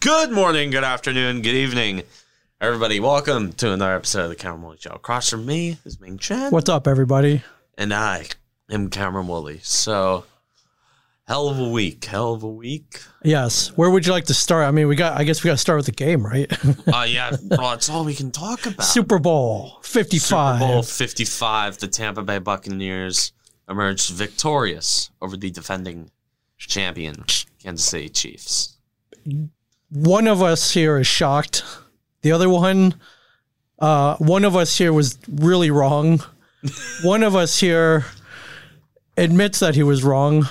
Good morning, good afternoon, good evening, everybody. Welcome to another episode of the Cameron Woolley Show. Across from me is Ming Chen, What's up, everybody? and I am Cameron Woolley. So, hell of a week, hell of a week. Yes, where would you like to start? I mean, we got. I guess we got to start with the game, right? Oh yeah, bro, it's all we can talk about. Super Bowl Super Fifty-Five. Bowl 55, the Tampa Bay Buccaneers emerged victorious over the defending champion, Kansas City Chiefs. One of us here is shocked. The other one, uh, one of us here was really wrong. one of us here admits that he was wrong.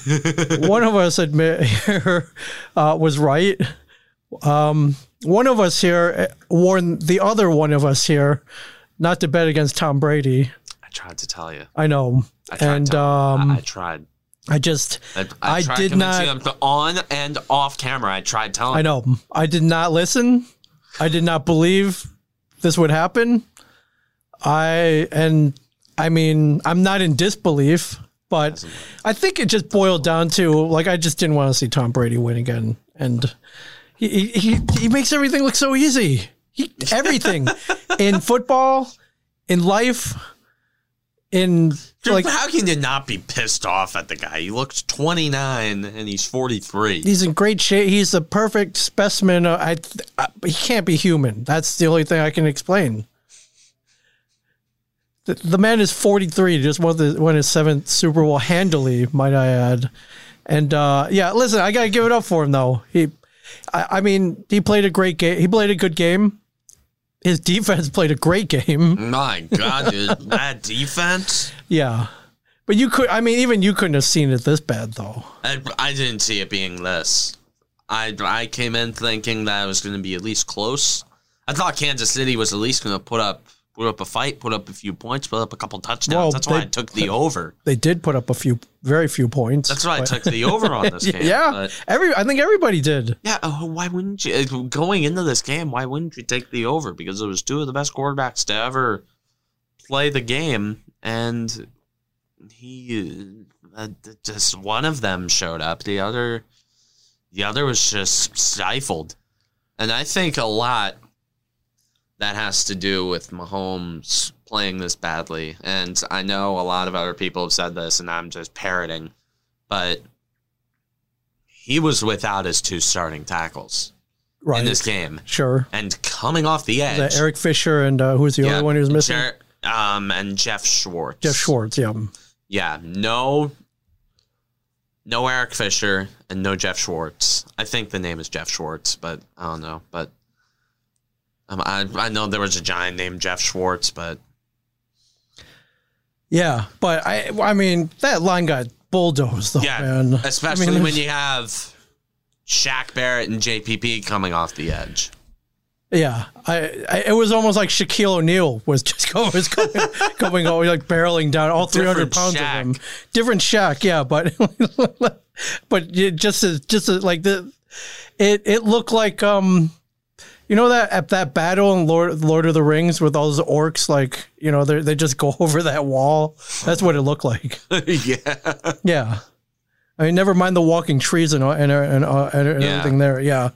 one of us admit here uh, was right. Um, one of us here eh, warned the other one of us here not to bet against Tom Brady. I tried to tell you. I know. I tried and to- um, I, I tried. I just, I, I tried did convincing not- them to on and off camera. I tried telling. I know, I did not listen. I did not believe this would happen. I, and I mean, I'm not in disbelief, but I think it just boiled down to like, I just didn't want to see Tom Brady win again. And he, he, he, he makes everything look so easy. He, everything in football, in life, in Dude, like, how can you not be pissed off at the guy? He looks 29 and he's 43. he's in great shape. He's the perfect specimen. Of, I, I he can't be human. That's the only thing I can explain. The, the man is 43. Just won the won his seventh Super Bowl handily, might I add. And uh, yeah, listen, I gotta give it up for him though. He, I, I mean, he played a great game. He played a good game. His defense played a great game. My God, dude, that defense. Yeah, but you could. I mean, even you couldn't have seen it this bad though. I, I didn't see it being this. I, I came in thinking that it was going to be at least close. I thought Kansas City was at least going to put up put up a fight, put up a few points, put up a couple touchdowns. Well, That's why they- I took the over. They did put up a few, very few points. That's why I but- took the over on this game. yeah, but- every I think everybody did. yeah. Oh, why wouldn't you? uh, Going into this game, why wouldn't you take the over? Because it was two of the best quarterbacks to ever play the game, and he uh, uh, just one of them showed up. The other, the other was just stifled, and I think a lot that has to do with Mahomes playing this badly. And I know a lot of other people have said this, and I'm just parroting, but he was without his two starting tackles Right. in this game sure. and coming off the edge. The Eric Fisher and uh, who's the Yeah, other one who was missing? Jer- um, and Jeff Schwartz. Jeff Schwartz. Yeah. Yeah, no, no Eric Fisher and no Jeff Schwartz. I think the name is Jeff Schwartz, but I don't know. But um, I I know there was a giant named Jeff Schwartz, but Yeah, but I I mean that line got bulldozed though, yeah, Oh, man. especially I mean, when you have Shaq Barrett and JPP coming off the edge. yeah, I, I it was almost like Shaquille O'Neal was just going was going, going over like barreling down all three hundred Different pounds Shaq. of him. Different Shaq, yeah, but but it just as just as, like the it it looked like um you know that at that battle in Lord Lord of the Rings with all those orcs like you know they they just go over that wall. That's what it looked like. yeah, Yeah, I mean, never mind the walking trees and all- and and, uh, and, and Yeah. everything there. Yeah,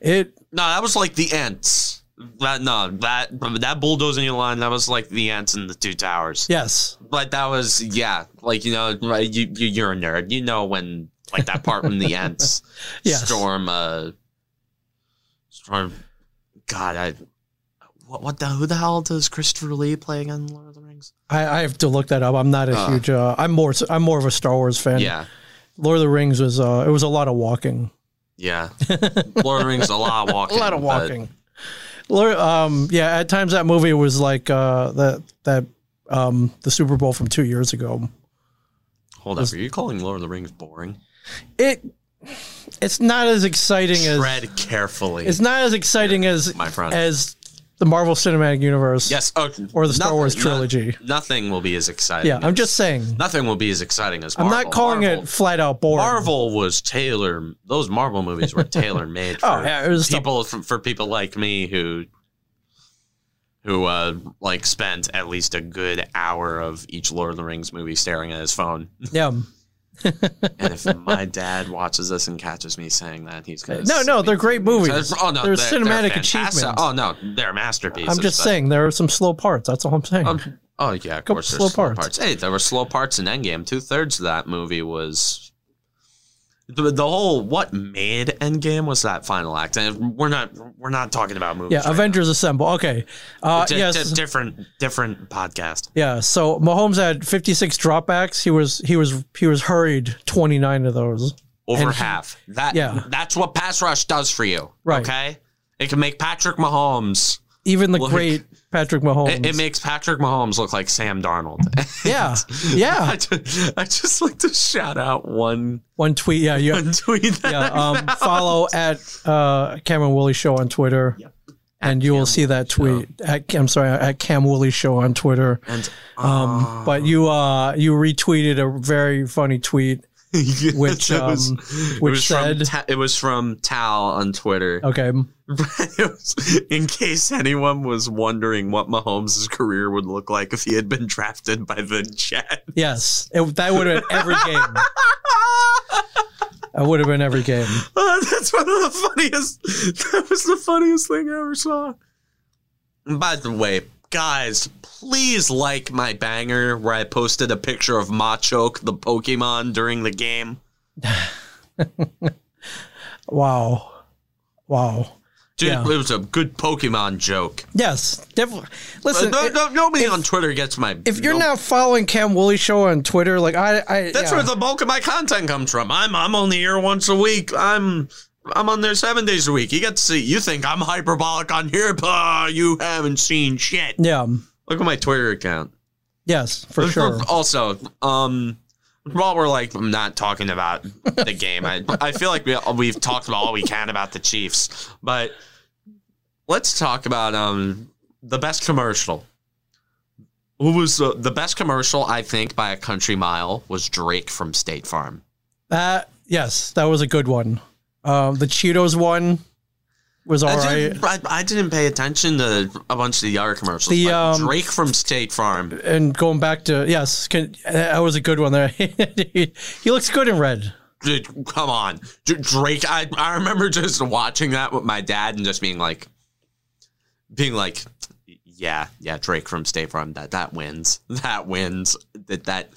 it no, that was like the Ents. That no, that that bulldozing your line. That was like the Ents and the Two Towers. yes But that was yeah, like you know, right, you, you you're a nerd. You know when like that part when the ants Yes. storm uh storm. God, I what what the who the hell does Christopher Lee play again in Lord of the Rings? I, I have to look that up. I'm not a Uh. huge. Uh, I'm more I'm more of a Star Wars fan. Yeah, Lord of the Rings was uh, it was a lot of walking, yeah. Lord of the Rings a lot of walking. a lot of but- walking. Lord, um, yeah, at times that movie was like uh, that that um, the Super Bowl from two years ago. hold up, are you calling Lord of the Rings boring? It it's not as exciting as Tread carefully, it's not as exciting as my friend. as the Marvel Cinematic Universe. yes, oh, or the Star Wars no- trilogy. nothing will be as exciting. Yeah, I'm as- just saying. nothing will be as exciting as. I'm Marvel. not calling Marvel it flat out boring. Marvel was tailor. Those Marvel movies were tailor made for Oh, yeah, it was just a- people for, for people like me who who uh like spent at least a good hour of each Lord of the Rings movie staring at his phone. Yeah. and if my dad watches this and catches me saying that, he's gonna. No, send no, me they're to great the- movies. Oh no, They're cinematic fantastic. achievements. Oh no, they're masterpieces. I'm just but- saying there are some slow parts. That's all I'm saying. Um, oh yeah, of Couple course. There's slow slow parts. parts. Hey, there were slow parts in Endgame. Two thirds of that movie was. The, the whole what made Endgame was that final act, and we're not we're not talking about movies. yeah, right Avengers Assemble. Okay. now. Uh, Di- yes. di- different different podcast. Yeah, so Mahomes had 56 dropbacks. He was he was he was hurried 29 of those. Over And- half. That Yeah. that's what pass rush does for you. Right. Okay, it can make Patrick Mahomes. Even the Look. great Patrick Mahomes. It, it makes Patrick Mahomes look like Sam Darnold. yeah. I, Yeah. just, I just like to shout out one, One tweet. Yeah, you one tweet. That yeah, I um, follow at uh, Cameron Woolley Show on Twitter. Yep. And you will see that tweet. At, I'm sorry, at Cam Woolley Show on Twitter. And Um, uh, But you uh, you retweeted a very funny tweet. yes, which, it was- um, it which was said- Oh. from Ta- it was from Tal on Twitter. Okay, It was- in case anyone was wondering what Mahomes' career would look like if he had been drafted by the Jets. yes, it, that would have been every game. That would have been every game. Uh, that's one of the funniest. That was the funniest thing I ever saw. And by the way, guys, please like my banger where I posted a picture of Machoke, the Pokemon, during the game. Wow, wow. Dude, Yeah. it was a good Pokemon joke. Yes, definitely. Uh, Listen, no, i- no, nobody on Twitter gets my. if you're no- not following Cam Woolley Show on Twitter, like I, I that's yeah. where the bulk of my content comes from. I'm I'm only here once a week. I'm I'm on there seven days a week. You get to see. You think I'm hyperbolic on here, but you haven't seen shit. yeah, Look at my Twitter account. yes, for Uh, sure. Also, um, while we're like not talking about the game, I I feel like we we've talked about all we can about the Chiefs, but let's talk about um the best commercial. Who was the, the best commercial? I think by a country mile was Drake from State Farm. That yes, that was a good one. Um, the Cheetos one was all I, right, didn't, I, I didn't pay attention to a bunch of the other commercials. The, but um, Drake from State Farm. and going back to yes, can, that was a good one there. he, he looks good in red. Dude, come on. D- Drake, I, I remember just watching that with my dad and just being like, being like, yeah, yeah, Drake from State Farm, that, that wins. That wins. That, that.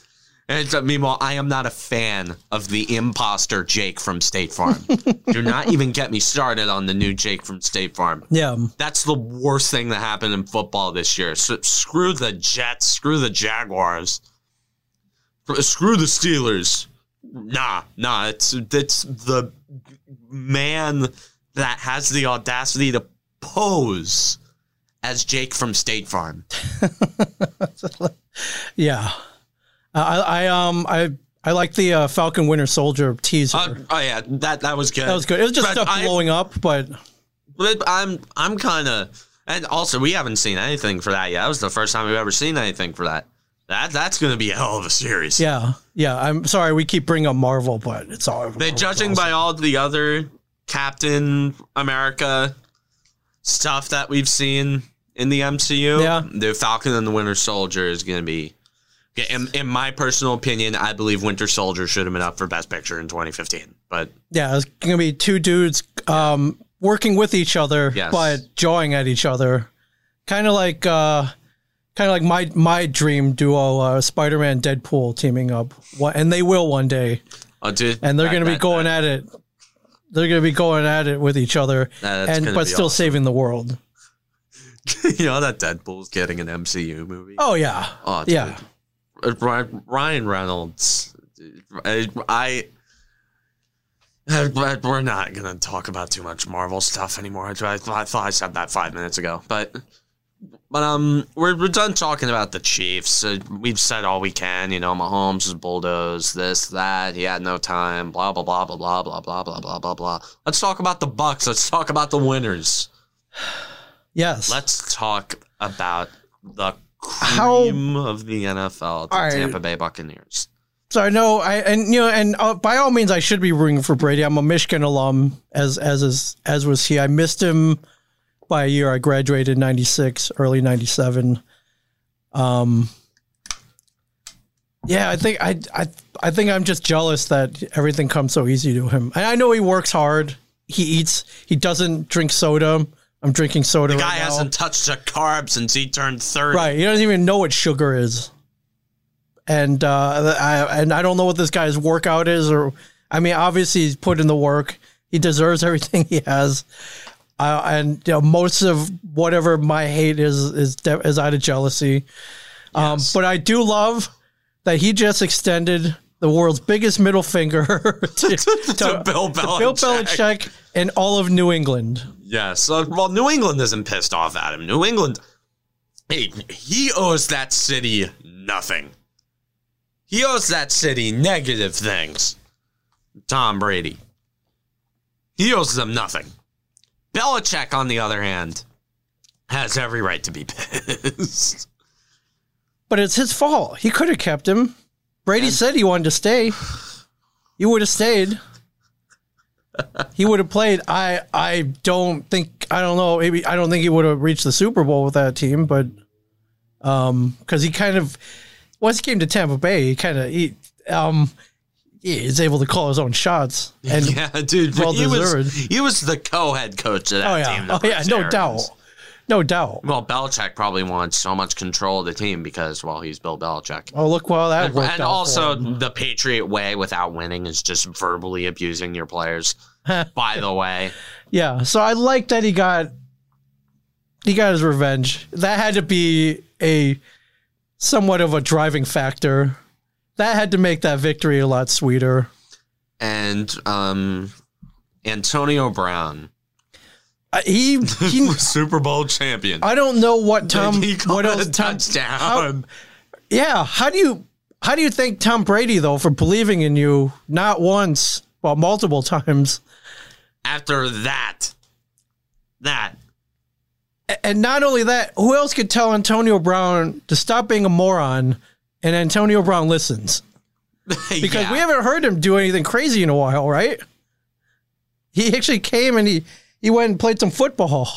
And so meanwhile, I am not a fan of the imposter Jake from State Farm. Do not even get me started on the new Jake from State Farm. Yeah, That's the worst thing that happened in football this year. So, screw the Jets. Screw the Jaguars. Screw the Steelers. Nah, nah. It's it's the man that has the audacity to pose as Jake from State Farm. yeah. I, I um I I like the uh, Falcon Winter Soldier teaser. Uh, oh yeah, that that was good. that was good. It was just Brad, stuff I- blowing up, but But I'm I'm kind of, and also we haven't seen anything for that yet. That was the first time we've ever seen anything for that. That that's gonna be a hell of a series. yeah, yeah. I'm sorry we keep bringing up Marvel, but it's all. But judging by all the other Captain America stuff that we've seen in the MCU, Yeah. the Falcon and the Winter Soldier is going to be. In, in my personal opinion, I believe Winter Soldier should have been up for Best Picture in 2015. But Yeah, it's gonna be two dudes um, working with each other, Yes. but jawing at each other, kind of like uh, kind of like my my dream duo, uh, Spider Man, Deadpool teaming up, Wha- and they will one day, oh, dude, and they're that- gonna be that- going at it. They're gonna be going at it with each other, that- that's and gonna but be still awesome. saving the world. you know that Deadpool's getting an MCU movie. Oh yeah, Oh, dude. yeah, Uh, Ry- Ryan Reynolds. I, I uh, but we're not gonna talk about too much Marvel stuff anymore. I, I thought I said that five minutes ago, but but um, we're we're done talking about the Chiefs. Uh, we've said all we can. You know, Mahomes is bulldozed. This that he had no time. Blah blah blah blah blah blah blah blah blah blah blah. Let's talk about the Bucks. Let's talk about the winners. yes. Let's talk about the How- cream of the NFL, the All right. Tampa Bay Buccaneers. So I know I and you know and uh, by all means I should be rooting for Brady. I'm a Michigan alum as as is as was he. I missed him by a year. I graduated in 96, early 97. Um Yeah, I think I, I I think I'm just jealous that everything comes so easy to him. And I know he works hard. He eats. He doesn't drink soda. I'm drinking soda. The guy right now. hasn't touched a carb since he turned 30. Right. He doesn't even know what sugar is. And uh, I and I don't know what this guy's workout is, or I mean, obviously he's put in the work. He deserves everything he has. Uh, and you know, most of whatever my hate is is de- is out of jealousy. Um, Yes. but I do love that he just extended the world's biggest middle finger to, to- To Bill Belichick. Bill Belichick and all of New England. Yes. Uh, well, New England isn't pissed off at him. New England, hey, he owes that city nothing. He owes that city negative things. Tom Brady. He owes them nothing. Belichick, on the other hand, has every right to be pissed. But it's his fault. He could have kept him. Brady said he wanted to stay. He would have stayed. he would have played. I I don't think I don't know. Maybe I don't think he would have reached the Super Bowl with that team. But um, because he kind of once he came to Tampa Bay, he kind of he um he is able to call his own shots. And yeah, dude, but well he was, deserved. he was the co-head coach of that oh team. yeah, the oh yeah, first no year. doubt, no doubt. Well, Belichick probably wants so much control of the team because, well, he's Bill Belichick. Oh look, well that worked and out for also, him. the Patriot way without winning is just verbally abusing your players. By the way, Yeah, so I like that he got he got his revenge. That had to be a somewhat of a driving factor. That had to make that victory a lot sweeter. and um, Antonio Brown, I- Uh, He, he Super Bowl champion. I don't know what Tom he called what it else Oh. a Tom touchdown. how- Yeah, how do you how do you thank Tom Brady though for believing in you not once but multiple times? After that, that A- And not only that, who else could tell Antonio Brown to stop being a moron and Antonio Brown listens? because we haven't heard him do anything crazy in a while, right? He actually came and he he went and played some football,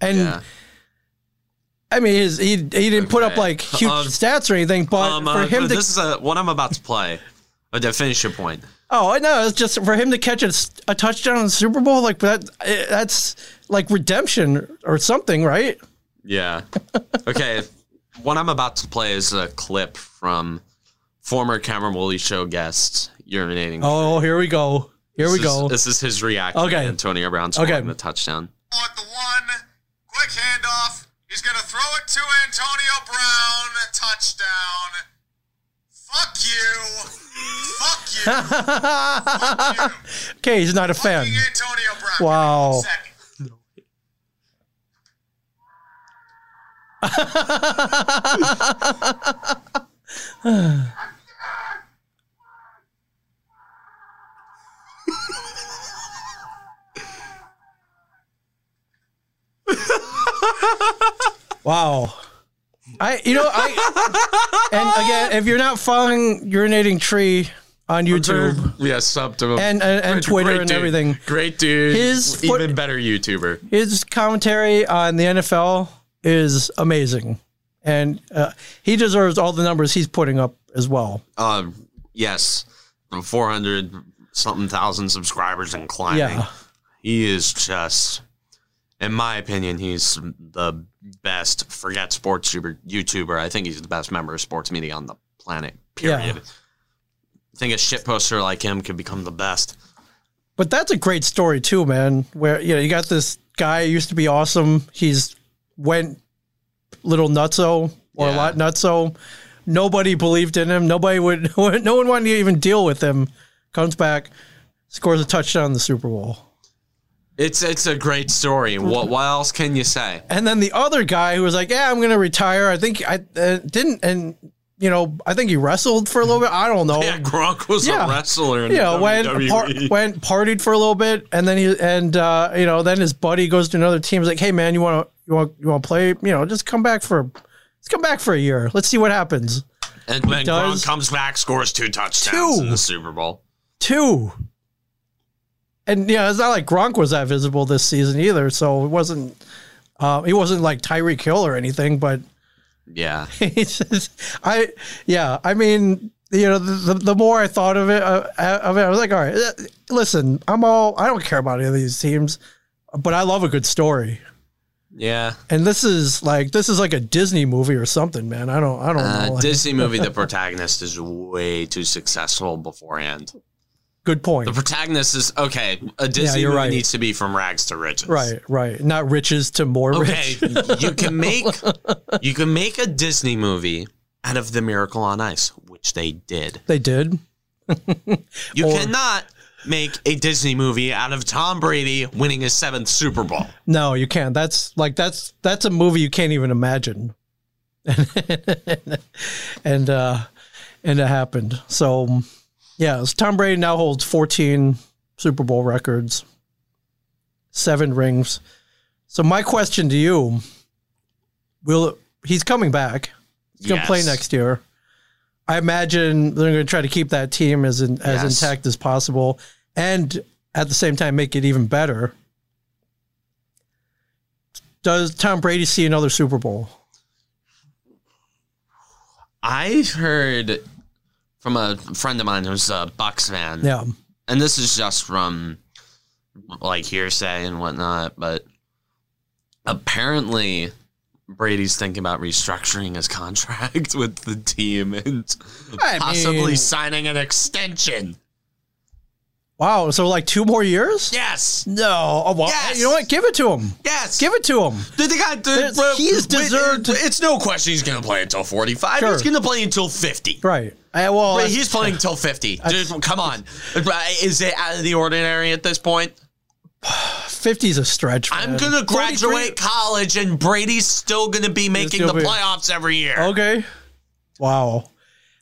and Yeah. I mean his he he didn't put up Okay. like huge Um, stats or anything, but Um, for uh, him to this is uh what I'm about to play. Uh, to finish your point, oh I know it's just for him to catch a, s- a touchdown in the Super Bowl like that eh, that's like redemption or something, right? Yeah. Okay. what I'm about to play is a clip from former Cameron Woolley show guest urinating. Oh, here we go, here This we is- go. This is his reaction. Okay. Okay. Antonio Brown scoring Okay. okay. the touchdown. at the one. Quick handoff. He's going to throw it to Antonio Brown. Touchdown. Fuck you. Fuck you. okay, he's not a fan. Fucking Antonio Brown. Wow. Give me one second. Wow. I you know I and again if you're not following urinating tree on YouTube Yeah, sub to him. and and, and Twitter and everything, Great dude. His foot- even better YouTuber. his commentary on the NFL is amazing, and uh, he deserves all the numbers he's putting up as well. Um, yes, 400 something thousand subscribers and climbing. Yeah. He is just, in my opinion, he's the best forget sports tuber- YouTuber. I think he's the best member of sports media on the planet, Yeah. period. I think a shit poster like him could become the best. But that's a great story too, man. Where you know you got this guy who used to be awesome. He's went little nutso or Yeah. a lot nutso. Nobody believed in him. Nobody would. No one wanted to even deal with him. Comes back, scores a touchdown in the Super Bowl. It's it's a great story. What what else can you say? And then the other guy who was like, "Yeah, I'm going to retire." I think I uh, didn't, and you know, I think he wrestled for a little bit. I don't know. Yeah, Gronk was Yeah. a wrestler. In you know, went WWE. par- went partied for a little bit, and then he and uh, you know, then his buddy goes to another team. He's like, "Hey, man, you want to you want you want to play? You know, just come back for let's come back for a year. Let's see what happens." and then does- Gronk comes back, scores two touchdowns Two. in the Super Bowl. Two, and yeah, it's not like Gronk was that visible this season either, so it wasn't. Uh, he wasn't like Tyreek Hill or anything, but Yeah. It's just- I yeah, I mean, you know, the, the, the more I thought of it, uh, of it, I was like, all right, uh, listen, I'm all I don't care about any of these teams, but I love a good story, Yeah. and this is like this is like a Disney movie or something, man. I don't Oh, I don't know. Uh, Like, Disney movie, the protagonist is way too successful beforehand. good point. The protagonist is okay. A Disney you're movie right. needs to be from rags to riches. Right, right. Not riches to more Okay. rich. you can make you can make a Disney movie out of The Miracle on Ice, which they did. They did. You Or- cannot make a Disney movie out of Tom Brady winning his seventh Super Bowl. No, you can't. That's like that's that's a movie you can't even imagine. and uh and it happened. So yeah, it's- Tom Brady now holds 14 Super Bowl records, seven rings. So my question to you will he's coming back. He's gonna play Yes. next year. I imagine they're gonna try to keep that team as in, as Yes. intact as possible and at the same time make it even better. Does Tom Brady see another Super Bowl? I've heard from a friend of mine who's a Bucks fan. Yeah. and this is just from like hearsay and whatnot, but apparently Brady's thinking about restructuring his contract with the team and I possibly mean- signing an extension. Wow. So like two more years? Yes, No. Oh, well, Yes. You know what? Give it to him. yes. Give it to him. Did the guy? The, There's- he's deserved- It's no question he's going to play until forty-five. Sure. He's going to play until fifty. Right. I, well, Right, that's- he's playing until fifty. Dude, come on, is it out of the ordinary at this point? 50's a stretch. I'm man. gonna 43 graduate college, and Brady's still gonna be making still the be- playoffs every year. Okay. Wow.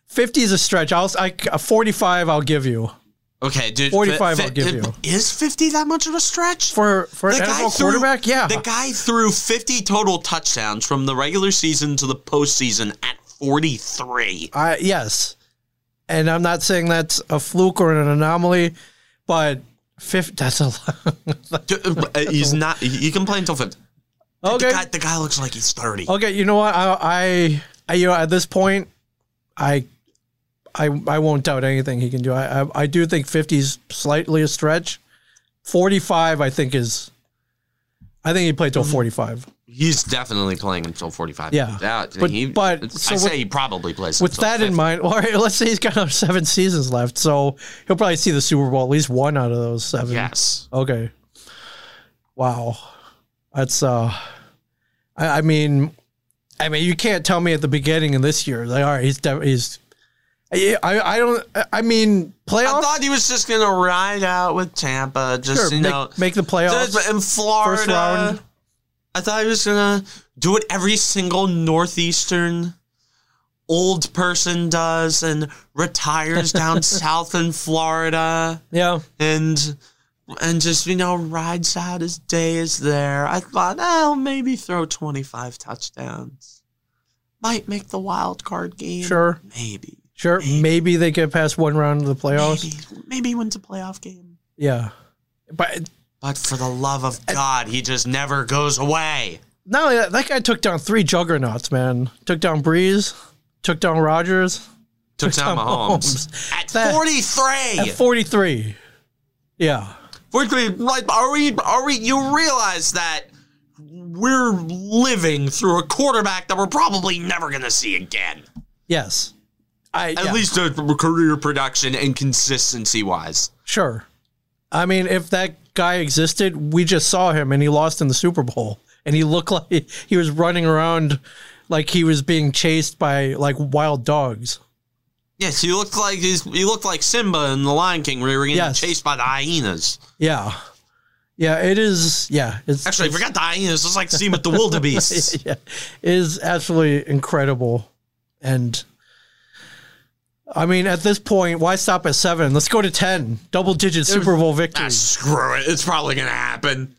50 is a stretch. I'll I, a 45 I'll give you. Okay, dude. 45 fi- I'll give fi- you. Is fifty that much of a stretch For for an The guy NFL threw- quarterback? Yeah. The guy threw fifty total touchdowns from the regular season to the postseason at forty-three. I yes. And I'm not saying that's a fluke or an anomaly, but 50 that's a lot. Dude, uh, he's not. He he can play until fifty. The Okay. Oh. guy, the guy looks like he's thirty. Okay, you know what? I, I, I you know, at this point, I, I, I won't doubt anything he can do. I, I, I do think 50 is slightly a stretch. Forty-five, I think is, I think he played Mm-hmm. till forty-five. He's definitely playing until forty-five. Yeah. That- But- he- but- so I with- say he probably plays With until that 50. in mind, all right, let's say he's got another seven seasons left, so he'll probably see the Super Bowl at least one out of those seven. Yes. Okay. Wow. That's uh I, I mean I mean you can't tell me at the beginning of this year like all right he's de- he's I, I I don't I mean I playoffs thought he was just gonna ride out with Tampa, just sure, you make, know, make the playoffs. Just in Florida. First round. I thought he was gonna do what every single northeastern old person does and retires down south in Florida yeah. and and just you know rides out his days there. I thought, oh, maybe throw twenty five touchdowns, might make the wild card game. Sure. maybe, Sure. Maybe they get past one round of the playoffs. maybe, maybe wins a playoff game. Yeah. But But for the love of God, he just never goes away. no, that, that guy took down three juggernauts, man. Took down Breeze, took down Rogers took down Tom Mahomes at That- 43. at 43. Yeah. Quickly, like, are we? Are we? You realize that we're living through a quarterback that we're probably never going to see again, Yes. I at yeah. least uh, career production and consistency wise. Sure. I mean, if that guy existed, we just saw him and he lost in the Super Bowl. And he looked like he was running around like he was being chased by like wild dogs. Yes, he looked like he's, he looked like Simba in The Lion King, where he was getting Yes. chased by the hyenas. Yeah. Yeah, it is. Yeah. It's Actually, I forgot the hyenas. It's like seeing with the wildebeest. yeah, it is absolutely incredible. And I mean, at this point, why stop at seven? Let's go to 10. Double digit Super Bowl ah, victories. screw it. It's probably going to happen.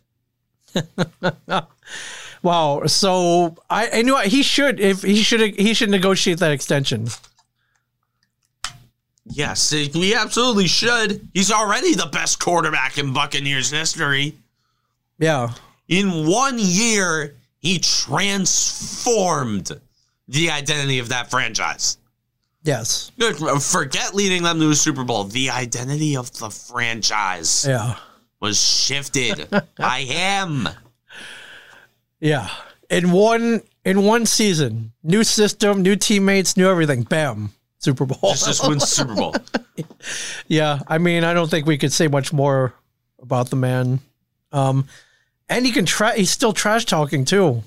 Wow. So I, I knew I- he should if he should he should negotiate that extension. Yes, he absolutely should. He's already the best quarterback in Buccaneers history. Yeah. In one year, he transformed the identity of that franchise. Yes. Forget leading them to a Super Bowl. The identity of the franchise Yeah. was shifted by him. Yeah. In one in one season, new system, new teammates, new everything. Bam. Super Bowl. Just just wins the Super Bowl. Yeah, I mean, I don't think we could say much more about the man. Um, and he can tra- he's still trash talking too.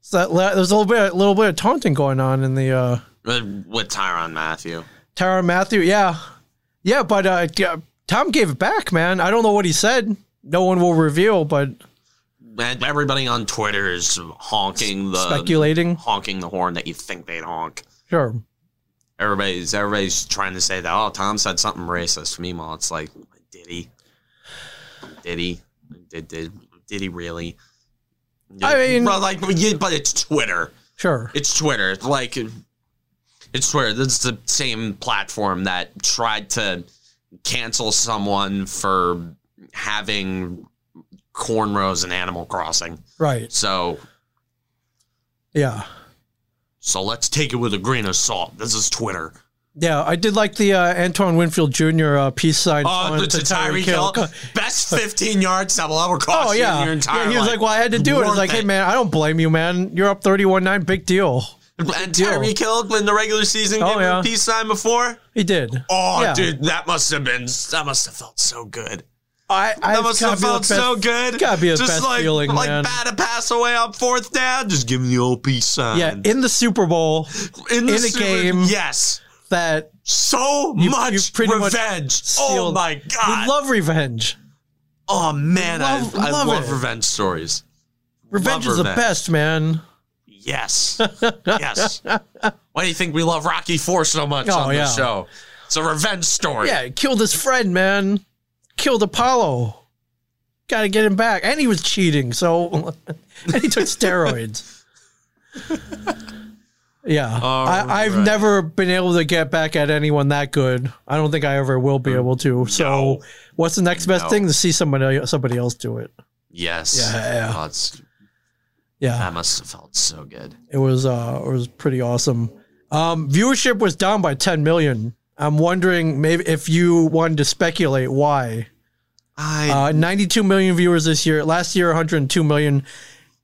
So that, la- there's a little bit, little bit of taunting going on in the uh, With with Tyron Matthew. Tyron Matthew. Yeah, yeah, but uh, yeah, Tom gave it back, man. I don't know what he said. No one will reveal, but Um, And everybody on Twitter is honking the speculating, honking the horn that you think they'd honk. sure. Everybody's everybody's trying to say that oh Tom said something racist. Meanwhile, it's like did he? Did he? Did did, did he really? I mean- well, like, but you- but it's Twitter. Sure. It's Twitter. It's Like, it's Twitter. This is the same platform that tried to cancel someone for having cornrows in Animal Crossing. Right. So, Yeah. so let's take it with a grain of salt. This is Twitter. Yeah. I did like the uh, Antoine Winfield Jr. Uh, peace sign. Oh, on the to Tyreek Tyreek Hill. Best 15 yard double ever cost Oh you in yeah. your entire yeah, he was life. like, "Well, I had to do it." It's Worth like, "Hey it. man, I don't blame you, man. You're up thirty-one-nine. Big deal." and Tyreek Hill in the regular season Oh, gave him yeah. a peace sign before. He did. Oh, Yeah. dude, that must have been, that must have felt so good. I, I That must have felt so good. Gotta be his just best like, feeling, like man. bat a pass away on fourth down. Just give him the old peace sign. Yeah, in the Super Bowl, in the in a Super- game- Yes, that so You- much you pretty much revenge. oh sealed- my we god. love revenge. oh man, love- I, I love love, it. revenge stories. Revenge Love is the revenge. best, man. Yes, yes. Why do you think we love Rocky Four so much Oh, on the yeah. show? It's a revenge story. Yeah, he killed his friend, man. Killed Apollo. Got to get him back, and he was cheating. So, and he took steroids. Yeah, All I, I've right. never been able to get back at anyone that good. I don't think I ever will be able to. So, Mm. No. what's the next best No. thing to see somebody somebody else do it? Yes. Yeah, yeah. Oh, it's- Yeah, that must have felt so good. It was uh it was pretty awesome. Um viewership was down by 10 million. I'm wondering maybe if you wanted to speculate why. I Uh 92 million viewers this year. Last year 102 million.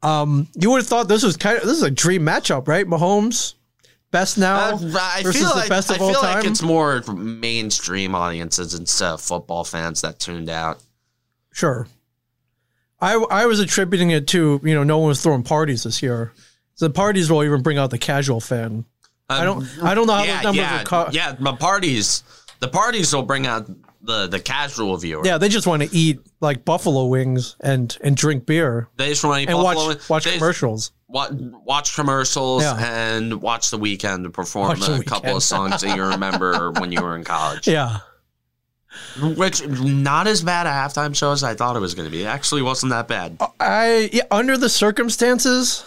Um you would have thought this was kind of this is a dream matchup, right? Mahomes best now. Uh, I versus feel the like best I of all feel like time? it's more mainstream audiences instead of football fans that tuned out. Sure. I I was attributing it to, you know, no one was throwing parties this year. So the parties will even bring out the casual fan. I don't I don't know how Um, yeah, those numbers yeah, are caught. yeah. The parties, the parties will bring out the the casual viewer. Yeah, they just want to eat like buffalo wings and and drink beer They just want to and Buffalo. watch watch they commercials. Watch, watch commercials Yeah. and watch the weekend perform Watch The a couple Weeknd. of songs that you remember when you were in college. Yeah, Which not as bad a halftime show as I thought it was going to be. It actually wasn't that bad. Uh, I yeah, under the circumstances,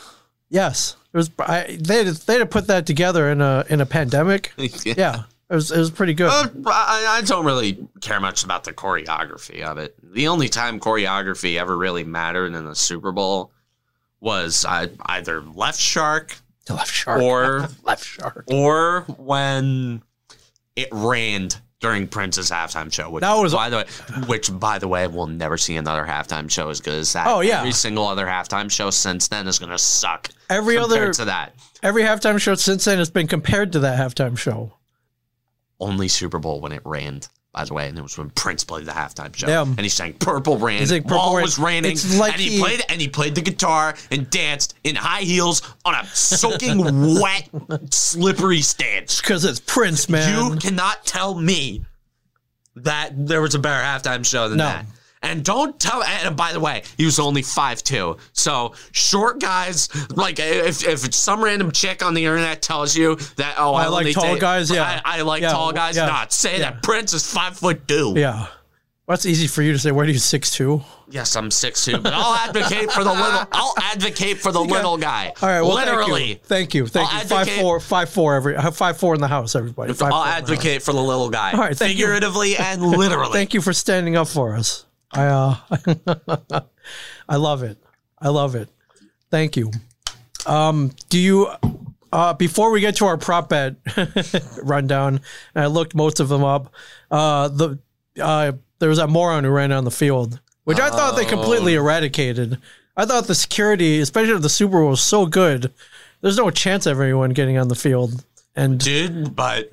yes, it was. I, they had- they had to put that together in a in a pandemic. Yeah, it was it was pretty good. Uh, I, I don't really care much about the choreography of it. The only time choreography ever really mattered in the Super Bowl was uh, either Left Shark left shark or left shark. or when it rained during Prince's halftime show. Which, That was- by the way, which by the way, we'll never see another halftime show as good as that. Oh, yeah. every single other halftime show since then is gonna suck. Every compared other to that, every halftime show since then has been compared to that halftime show. only Super Bowl when it rained. By the way, and it was when Prince played the halftime show, Yeah. and he sang "Purple Rain." He sang Purple while it Rain. was raining, It's like and he, he- played and he played the guitar and danced in high heels on a soaking wet, slippery stage. Because it's Prince, man. You cannot tell me that there was a better halftime show than No. that. And don't tell. And by the way, he was only 5'2". So short guys, like if, if it's some random chick on the internet tells you that oh I, I like only tall date- guys, yeah. I, I like Yeah, tall guys. yeah, Not say yeah. that Prince is five foot two. yeah, that's easy for you to say. Where do you six two? Yes, I'm six two, but I'll advocate for the little. I'll advocate for the little guy. All right, well, literally. Thank you, thank you. I'll Thank you. Five advocate- four, five four. Every five four in the house, everybody. Five, I'll four in the house. advocate for the little guy, All right, thank you. figuratively and literally. Thank you for standing up for us. I uh, I love it. I love it. Thank you. Um, do you? uh, before we get to our prop bet rundown, and I looked most of them up. Uh, the uh, there was that moron who ran on the field, which I thought they completely eradicated. I thought the security, especially at the Super Bowl, was so good. There's no chance of anyone getting on the field. And dude. But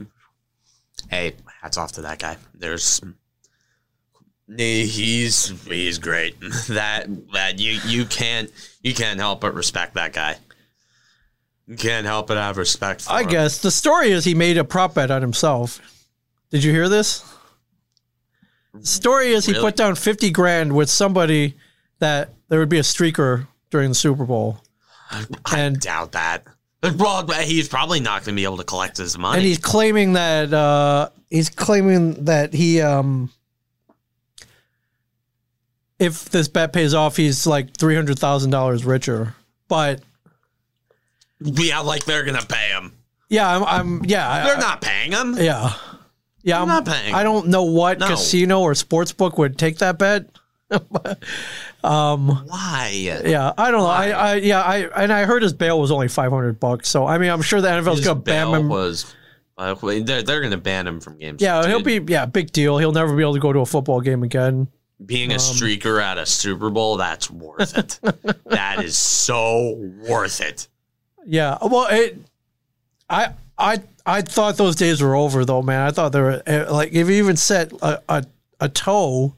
hey, hats off to that guy. There's Nee, he's he's great. that that you you can't you can't help but respect that guy. You can't help but have respect for I him. guess the story is he made a prop bet on himself. Did you hear this? The story is he Really? put down 50 grand with somebody that there would be a streaker during the Super Bowl. I And doubt that. Well, he's probably not going to be able to collect his money. and he's claiming that uh, he's claiming that he um if this bet pays off he's like $300,000 richer. But yeah, like they're going to pay him. yeah, I'm, I'm yeah, I- They're not paying him. Yeah. Yeah, I'm not paying. I don't know what No. casino or sports book would take that bet. Why? Yeah, I don't know. I, I yeah, I and I heard his bail was only 500 bucks. So I mean, I'm sure the NFL's His going to ban bail him. was. uh, they're they're going to ban him from games. yeah, he'll dude. be yeah, big deal. He'll never be able to go to a football game again. being a Um, streaker at a Super Bowl, that's worth it. that is so worth it. Yeah. Well, it I I I thought those days were over though, man. I thought they were eh, like if you even set a a, a toe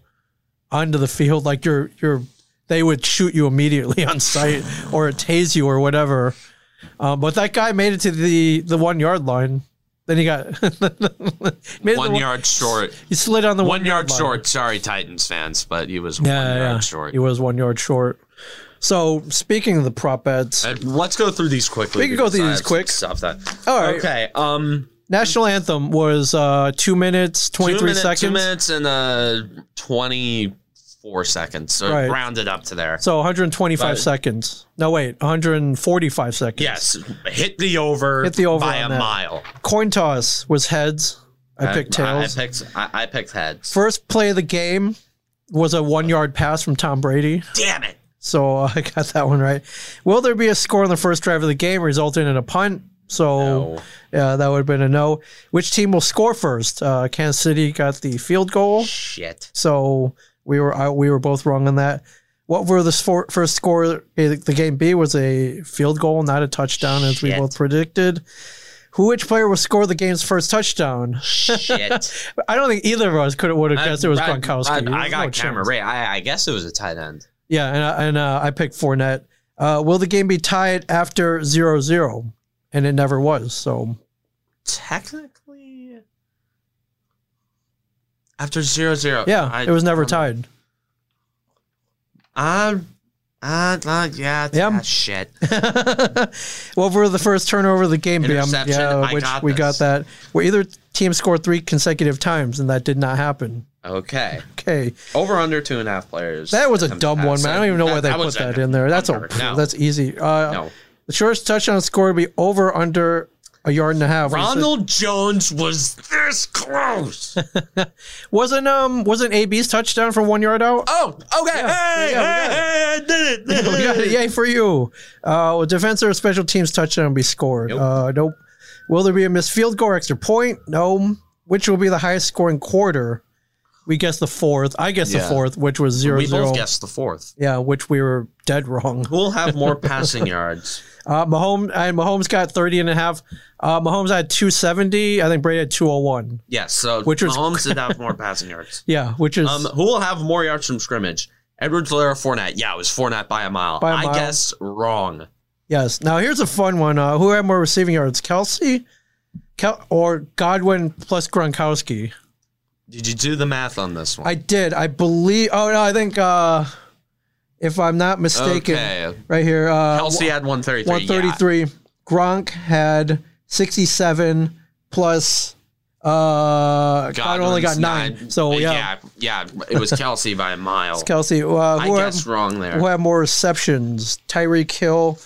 onto the field like you're you're they would shoot you immediately on sight or tase you or whatever. Um, but that guy made it to the the 1 yard line. Then he got made it to One the- yard short. He slid on the One yard line. short. Sorry, Titans fans, but he was Yeah, one yeah, yard yeah. short. He was 1 yard short. So, speaking of the prop bets, Uh, Let's go through these quickly. We can go because through I these have quick. Stuff that. All right. Okay. Um. national anthem was uh, 2 minutes 23 Two, minute, seconds. two minutes and uh twenty four seconds. So Right. round it up to there. So 125 But- seconds. No, wait, 145 seconds. yes. Hit the over. Hit the over by on a that. mile. Coin toss was heads. I, picked tails. I, picked. I, I picked heads. First play of the game was a one yard pass from Tom Brady. Damn it. So I got that one right. Will there be a score on the first drive of the game resulting in a punt? So No. yeah, Uh, that would have been a no. Which team will score first? Uh, Kansas City got the field goal. Shit. So we were I, we were both wrong on that. What were the sfor- first score of the game B was a field goal, not a touchdown, as we Shit. both predicted. Who which player will score the game's first touchdown? Shit. But I don't think either of us could have would have guessed it was Gronkowski. I, I There's got camera no chance. right. I, I guess it was a tight end. Yeah, and I- and uh, I picked Fournette. Uh, will the game be tied after 0-0? And it never was. So Technically, after zero zero. yeah, Uh, I- it was never I'm- tied. Um. Uh, uh, yeah, Yeah. yeah. Shit. what were the first turnover of the game? be? I'm- Interception, yeah, I which got we got this. that. Where either team scored three consecutive times, and that did not happen. Okay. Okay, Over under two and a half players. that was a Um, dumb one, man. I don't even know why they put was that a- in there. That's a under. No. that's easy. Uh, no. The shortest touchdown score would be over under a yard and a half. Ronald Jones was this close. wasn't um wasn't AB's touchdown from one yard out? oh, okay. hey, yeah, we hey, hey, I did it. Yeah, yay for you. Uh, will defense or special teams touchdown be scored? Nope. Uh, nope. Will there be a missed field goal or extra point? No. Which will be the highest scoring quarter? We guessed the fourth. I guess the Yeah. fourth, which was zero we zero. both guessed the fourth. Yeah, which we were dead wrong. Who'll have more passing yards? Uh, Mahomes and Mahomes got 30 and a half. Uh, Mahomes had 270. I think Brady had 201. Yes, so Which was- Mahomes did have more passing yards. Yeah, which is Um, who will have more yards from scrimmage? Edwards, Lair, Fournette. Yeah, it was Fournette by a mile. By a I mile. guess wrong. yes. Now here's a fun one. Uh, who had more receiving yards, Kelsey, Kel- or Godwin plus Gronkowski? Did you do the math on this one? I did. I believe. Oh no, I think uh, if I'm not mistaken, Okay. right here, uh, Kelsey had 133. one thirty-three. Gronk had sixty-seven plus. Uh, Yeah. God only got Godwin's nine. So Uh, yeah, yeah, yeah, It was Kelsey by a mile. Kelsey. Uh, I who, guess have, wrong there. who have more receptions, Tyreek Hill,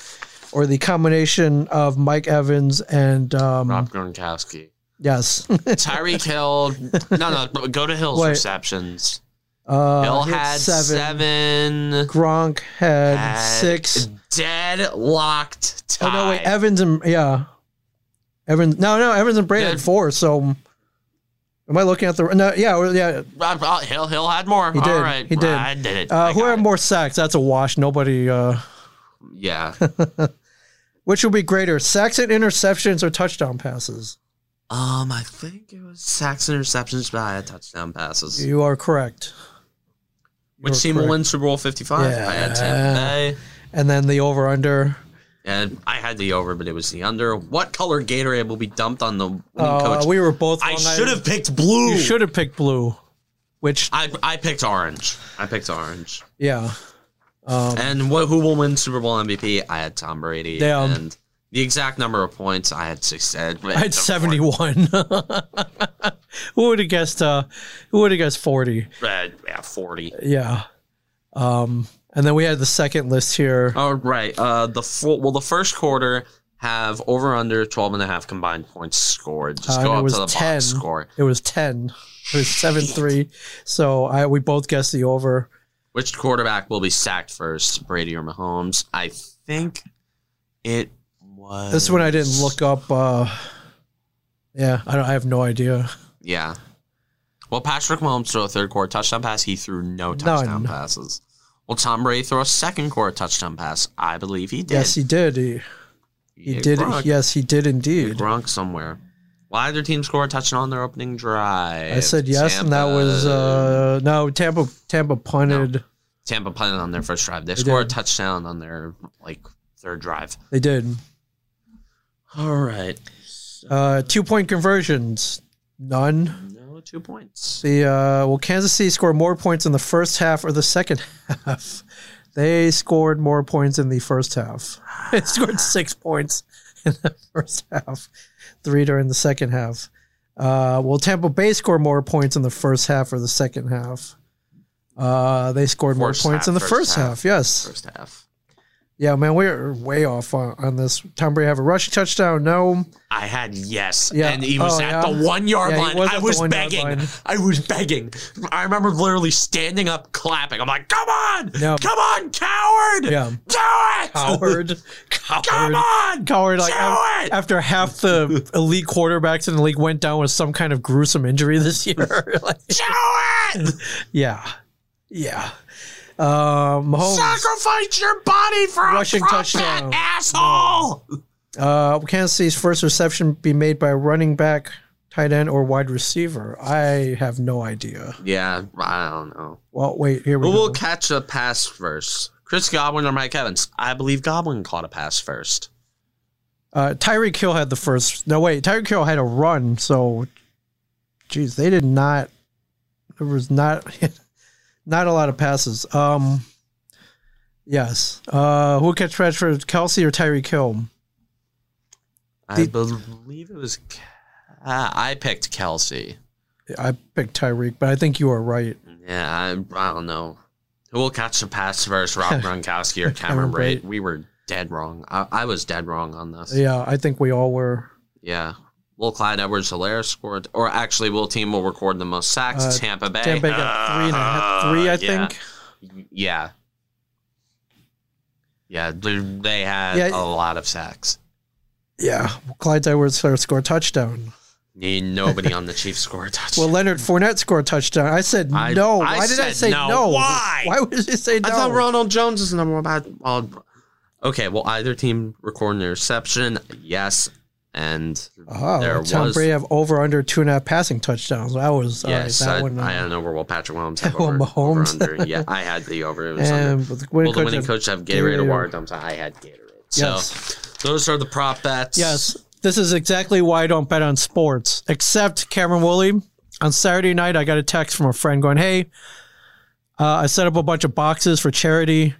or the combination of Mike Evans and um, Rob Gronkowski. yes, Tyreek Hill. No, no. Go to Hill's Wait. receptions. uh, Hill he had seven. Gronk had had six. Deadlocked tie. Oh no, wait, Oh, Evans and yeah, Evans. No, no, Evans and Brady Yeah. had four. So, am I looking at the? No, yeah, well, yeah. Uh, uh, Hill Hill had more. He All did. right, He did. I did it. I Uh, who got had it. more sacks? That's a wash. Nobody. Uh, Yeah. which would be greater, sacks and interceptions or touchdown passes? um, I think it was sacks, interceptions, but I had touchdown passes. You are correct. Which You're team will correct. win Super Bowl 55? I had Tampa Bay. And then the over under. And I had the over, but it was the under. What color Gatorade will be dumped on the winning Uh, coach? we were both. I wrong. should have picked blue. You should have picked blue. Which I, I picked orange. I picked orange. yeah, Um, And what, who will win Super Bowl MVP? I had Tom Brady. Damn. And the exact number of points, I had six. uh, I had, I had seventy one. who would have guessed? Uh, who would have guessed forty? Uh, yeah, 40. Yeah. Um, and then we had the second list here. All right. Uh, the full, well, the first quarter have over under 12 and a half combined points scored. Just Uh, go and it up was to the 10. box score. It was ten. It was seven three. So I we both guessed the over. Which quarterback will be sacked first, Brady or Mahomes? I think it was. This one I didn't look up. Uh, yeah, I don't. I have no idea. Yeah. Well, Patrick Mahomes threw a third quarter touchdown pass. He threw no touchdown None. passes. Well, Tom Brady threw a second quarter touchdown pass. I believe he did. Yes, he did. He, he Yeah, did. Gronk. Yes, he did Yeah, indeed. Gronk somewhere. Why did their team score a touchdown on their opening drive? I said yes, and that was uh, no Tampa. Tampa punted. Tampa punted on their first drive. They, scored did. a touchdown on their like third drive. They did. All right, Uh, two point conversions, none. no two points. The uh, well, Kansas City scored more points in the first half or the second half. They scored more points in the first half. they scored six points in the first half, three during the second half. Uh, well, Tampa Bay scored more points in the first half or the second half. Uh, they scored First more points half, in the first first, half. half. Yes. First half. Yeah, man, we're way off on, on this. Tom Brady have a rushing touchdown. No. I had yes, Yeah. and he was Oh, at yeah. the one yard Yeah, he line. was I at the was one-yard begging. line. I was begging. I remember literally standing up, clapping. I'm like, "Come on, Yeah. come on, coward! Yeah. Do it, Coward. Come on, Coward. Like do af- it!" after half the elite quarterbacks in the league went down with some kind of gruesome injury this year. Like, Do it! yeah. Yeah. Uh, Mahomes. Sacrifice your body for Rushing a profit, touchdown. asshole! Uh, Kansas City's first reception be made by running back, tight end, or wide receiver. I have no idea. Yeah, I don't know. Well, wait. Here we But we'll go. catch a pass first. Chris Godwin or Mike Evans? I believe Godwin caught a pass first. Uh, Tyreek Hill had the first. No, wait. Tyreek Hill had a run. So, geez, they did not. There was not, not a lot of passes. Um, yes. Uh, who catch catch for Kelsey or Tyreek Hill? I Did- believe it was. Ke- Ah, I picked Kelsey. I picked Tyreek, but I think you are right. Yeah, I, I don't know. Who will catch a pass first? Rob Gronkowski or Cameron Cameron Braid? Braid. We were dead wrong. I, I was dead wrong on this. Yeah. Yeah, I think we all were. Will Clyde Edwards Hilaire scored, or actually, will team will record the most sacks? Uh, Tampa Bay. Tampa Bay got three and a half, three, I Uh, yeah. think. Yeah. Yeah, they they had Yeah. a lot of sacks. Yeah, Clyde Edwards Hilaire scored a touchdown. Need Nobody on the Chiefs scored a touchdown. Well, Leonard Fournette scored a touchdown. I said I- no. I Why did I said say no. no? Why? Why would you say no? I thought Ronald Jones is number one. But, well, okay, well, either team recording an interception, yes, and Oh, there Tom was. Brady have over under two and a half passing touchdowns. That was all yes, right, that I, one. uh, I don't know where Will Patrick Mahomes have Well, over, Mahomes. Um, over under. Yeah, I had the over. It was under. and with- when Will it the comes winning to- coach have Gatorade Gatorade. award? I'm sorry, I had Gatorade. So Yes. those are the prop bets. Yes, this is exactly why I don't bet on sports. Except Cameron Woolley. On Saturday night, I got a text from a friend going, "Hey, uh, I set up a bunch of boxes for charity.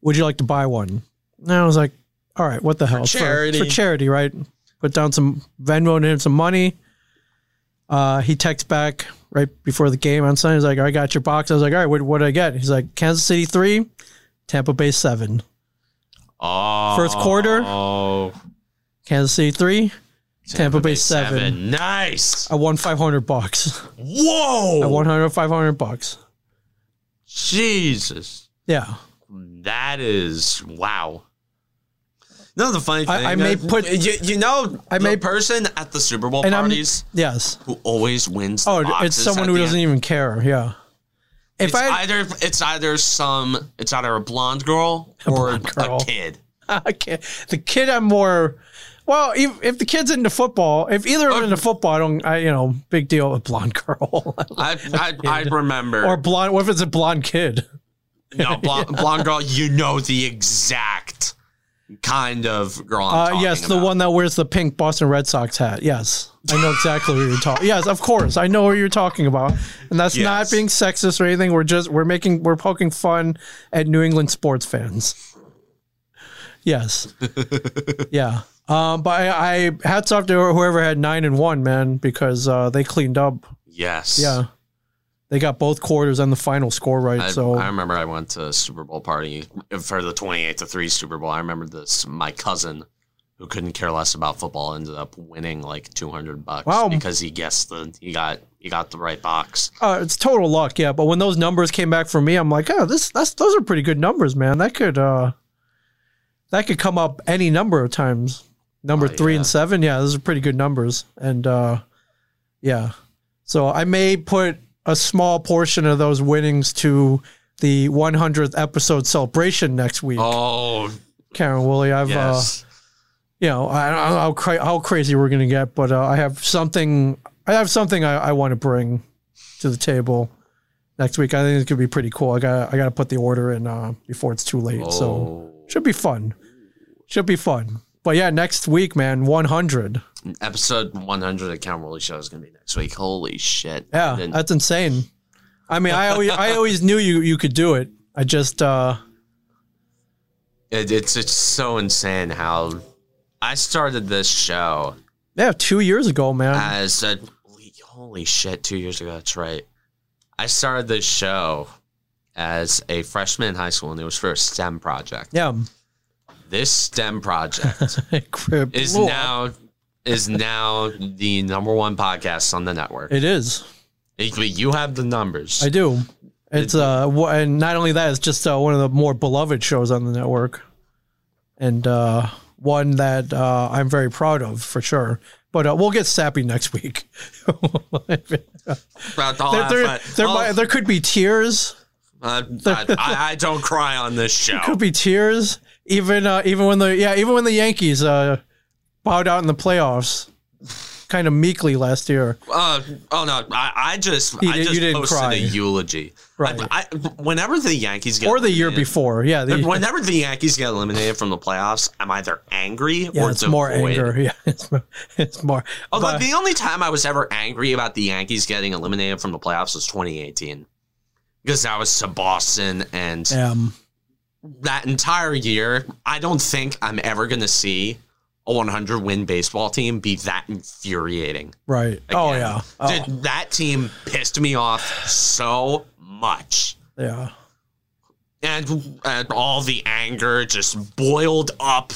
Would you like to buy one?" And I was like, "All right, what the hell? For- charity. for charity, right? Put down some Venmo and him some money." Uh, he texts back right before the game on Sunday. He's like, "I got your box." I was like, "All right, what, what did I get?" He's like, "Kansas City three, Tampa Bay seven. Oh, First quarter. Oh, Kansas City three, Tampa, Bay, seven. seven. Nice. I won 500 bucks. Whoa. I won 100, 500 bucks. Jesus. Yeah. That is wow. No, the funny thing. I- I may is- put- you, you know I I may- the person at the Super Bowl And I'm- parties Yes. who always wins. The Oh, it's boxes someone at who the doesn't end. even care. Yeah. If It's I either it's either some it's either a blonde girl or a, blonde girl. kid. I can't, the kid, I'm more. Well, if, if the kid's into football, if either of them into football, I don't. I you know, big deal with blonde girl I I, I remember or blonde. What if it's a blonde kid? no blonde, blonde girl. You know the exact kind of girl. I'm Uh, talking yes, the about. one that wears the pink Boston Red Sox hat. Yes, I know exactly who you're talking. Yes, of course, I know who you're talking about, and that's not Yes. being sexist or anything. We're just we're making we're poking fun at New England sports fans. Yes, yeah. Um, but I, I hats off to whoever had nine and one, man, because uh, they cleaned up. Yes. Yeah, they got both quarters and the final score right. I, so I remember I went to a Super Bowl party for the 28 to 3 Super Bowl. I remember this my cousin who couldn't care less about football ended up winning like 200 bucks Wow. because he guessed the he got he got the right box. Uh, it's total luck, yeah. But when those numbers came back for me, I'm like, oh, this that's those are pretty good numbers, man. That could uh, that could come up any number of times. Number Oh, three yeah. and seven, yeah, those are pretty good numbers, and uh, yeah. So I may put a small portion of those winnings to the 100th episode celebration next week, Oh, Karen Woolley. I've uh, yes. you know, I I don't know how, cra- how crazy we're gonna get, but uh, I have something. I have something I, I want to bring to the table next week. I think it's gonna be pretty cool. I got I got to put the order in uh, before it's too late. So oh. should be fun. Should be fun. But yeah, next week, man, one hundred. episode 100 of Count Rolly Show is going to be next week. Holy shit. Yeah, Then- that's insane. I mean, I always I always knew you you could do it. I just uh, it, it's, it's so insane how I started this show yeah, two years ago, man. as a Uh, holy shit, two years ago. That's right. I started this show as a freshman in high school, and it was for a STEM project. yeah, This STEM project It grew- is blew up. now is now the number one podcast on the network. It is. you have the numbers. I do. It's uh, wh- and not only that, it's just uh, one of the more beloved shows on the network, and uh, one that uh, I'm very proud of for sure. But uh, we'll get sappy next week. About the there, laugh, there, but- there, oh, might, there could be tears. uh, I, I- I don't cry on this show. Could be tears. Even uh, even when the yeah, even when the Yankees uh, bowed out in the playoffs, kind of meekly last year. Uh, oh no, I, I just You I did- just you didn't posted cry. a eulogy. Right. I, I, whenever the Yankees get Or the year before. before, yeah. The, Whenever the Yankees get eliminated from the playoffs, I'm either angry yeah, or it's more devoid. anger. Yeah, it's, more- it's more. Although but- the only time I was ever angry about the Yankees getting eliminated from the playoffs was 2018, because that was to Boston, and um, that entire year, I don't think I'm ever going to see a 100 win baseball team be that infuriating. right. Oh again. yeah. Oh. Dude, that team pissed me off so much. Oh, Yeah. and, and all the anger just boiled up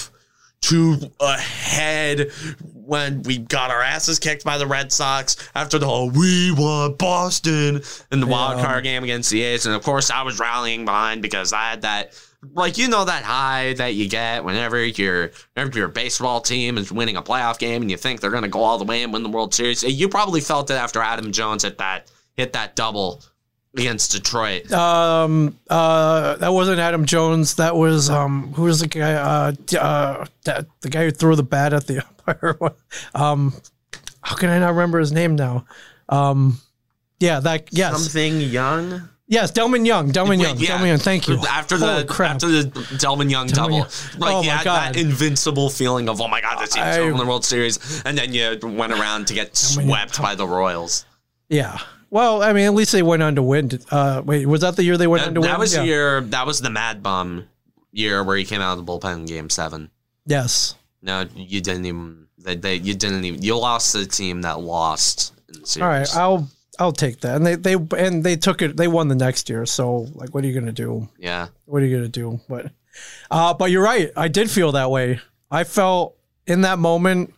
to a head when we got our asses kicked by the Red Sox after the whole we want Boston in the wild Yeah. card game against the A's. And of course I was rallying behind because I had that like you know that high that you get whenever your whenever your baseball team is winning a playoff game and you think they're gonna go all the way and win the World Series. You probably felt it after Adam Jones hit that hit that double against Detroit. Um. Uh. That wasn't Adam Jones. That was um. Who was the guy? Uh. d- uh that, the guy who threw the bat at the umpire. um. How can I not remember his name now? Um. Yeah. That. Yes. Something young. yes. Delman Young. Delman Young. yeah. Delman Young. Thank you. After Holy the crap. after the Delvin Young double, Young. like Oh, you my had that God. invincible feeling of oh my god, this team's I- going to the World Series, and then you went around to get Young. swept by the Royals. yeah. Well, I mean, at least they went on to win. Uh. Wait. Was that the year they went That, on to win? that was yeah. the year. That was the Mad Bum year where he came out of the bullpen in Game Seven. Yes. No, you didn't even. They, they you didn't even. You lost to the team that lost. In the series. All right. I'll. I'll take that. And they. They. And they took it. They won the next year. So like, what are you gonna do? yeah. what are you gonna do? But uh but you're right. I did feel that way. I felt in that moment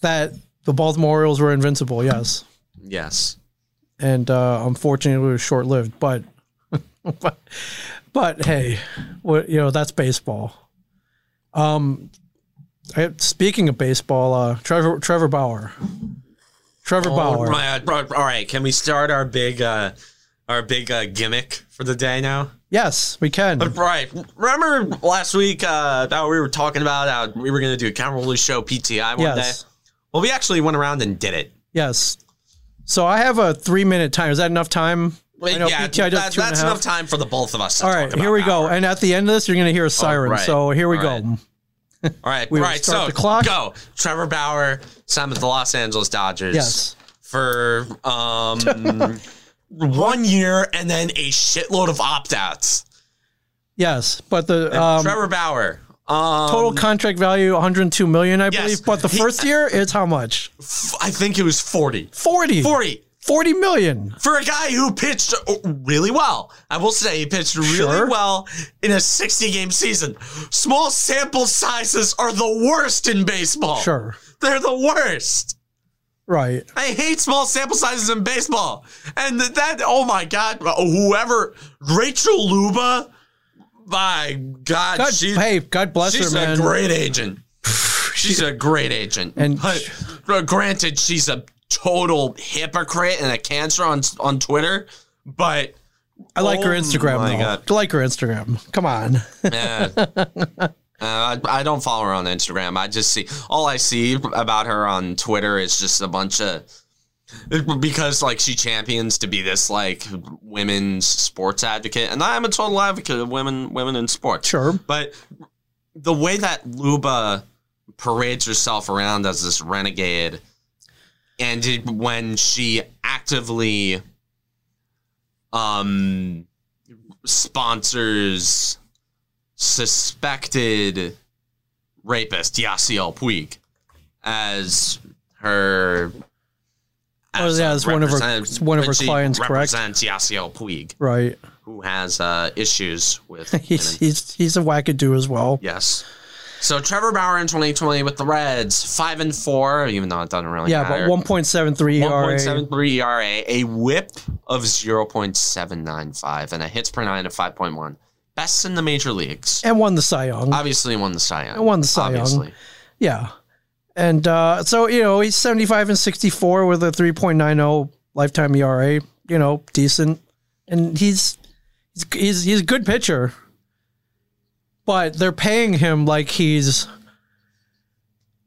that the Baltimore Orioles were invincible, yes. Yes. And uh unfortunately it was short lived, but but but hey, what you know, that's baseball. Um, I, speaking of baseball, uh, Trevor Trevor Bauer, Trevor All Bauer. right, all right, can we start our big uh our big uh, gimmick for the day now? Yes, we can. But right, remember last week uh how we were talking about how we were gonna do a camera loose show PTI one Yes, day? Well we actually went around and did it. yes. So I have a three minute time. Is that enough time? I know yeah, PTI does that- two and a that's half. enough time for the both of us. To All talk right, about here we that. go. And at the end of this, you're going to hear a siren. right. So here we All go. All right, We will all right. start So the clock. go, Trevor Bauer, signed with the Los Angeles Dodgers. Yes. for um one year and then a shitload of opt-outs. Yes, but the um, Trevor Bauer, um, total contract value 102 million, I Yes. believe. But the He- first year, it's how much? f- I think it was forty. 40. 40 40 million. for a guy who pitched uh, really well. I will say he pitched really Sure. well in a 60 game season. Small sample sizes are the worst in baseball. Sure. They're the worst. Right. I hate small sample sizes in baseball. And th- that, oh my God, whoever, Rachel Luba, my God, God, she, hey, God bless her, she's a man. great agent. She's a great agent. And- Hey, uh, granted, she's a total hypocrite and a cancer on on Twitter, but I like her Oh Instagram. my though. God. I like her Instagram. Come on. eh, uh, I, I don't follow her on Instagram. I just see all I see about her on Twitter is just a bunch of because like she champions to be this like women's sports advocate, and I'm a total advocate of women women in sports. Sure. But the way that Luba parades herself around as this renegade, and it, when she actively um, sponsors suspected rapist Yasiel Puig as her. Oh, yeah, as one of her- represent- as one of her when she clients, correct? Represents Yasiel Puig, Right. who has uh, issues with He's he's he's a wackadoo as well. Yes. So Trevor Bauer in 2020 with the Reds, five and four, even though it doesn't really Yeah, matter. but E 1.73 ERA. 1.73 ERA, E a whip of 0.795, and a hits per nine of 5.1. Best in the major leagues. and won the Cy Young. Obviously won the Cy Young. And won the Cy Young. Obviously. Yeah. And uh, so, you know, he's 75 and 64 with a 3.90 lifetime ERA, you know, decent. And he's he's he's, he's a good pitcher. But they're paying him like he's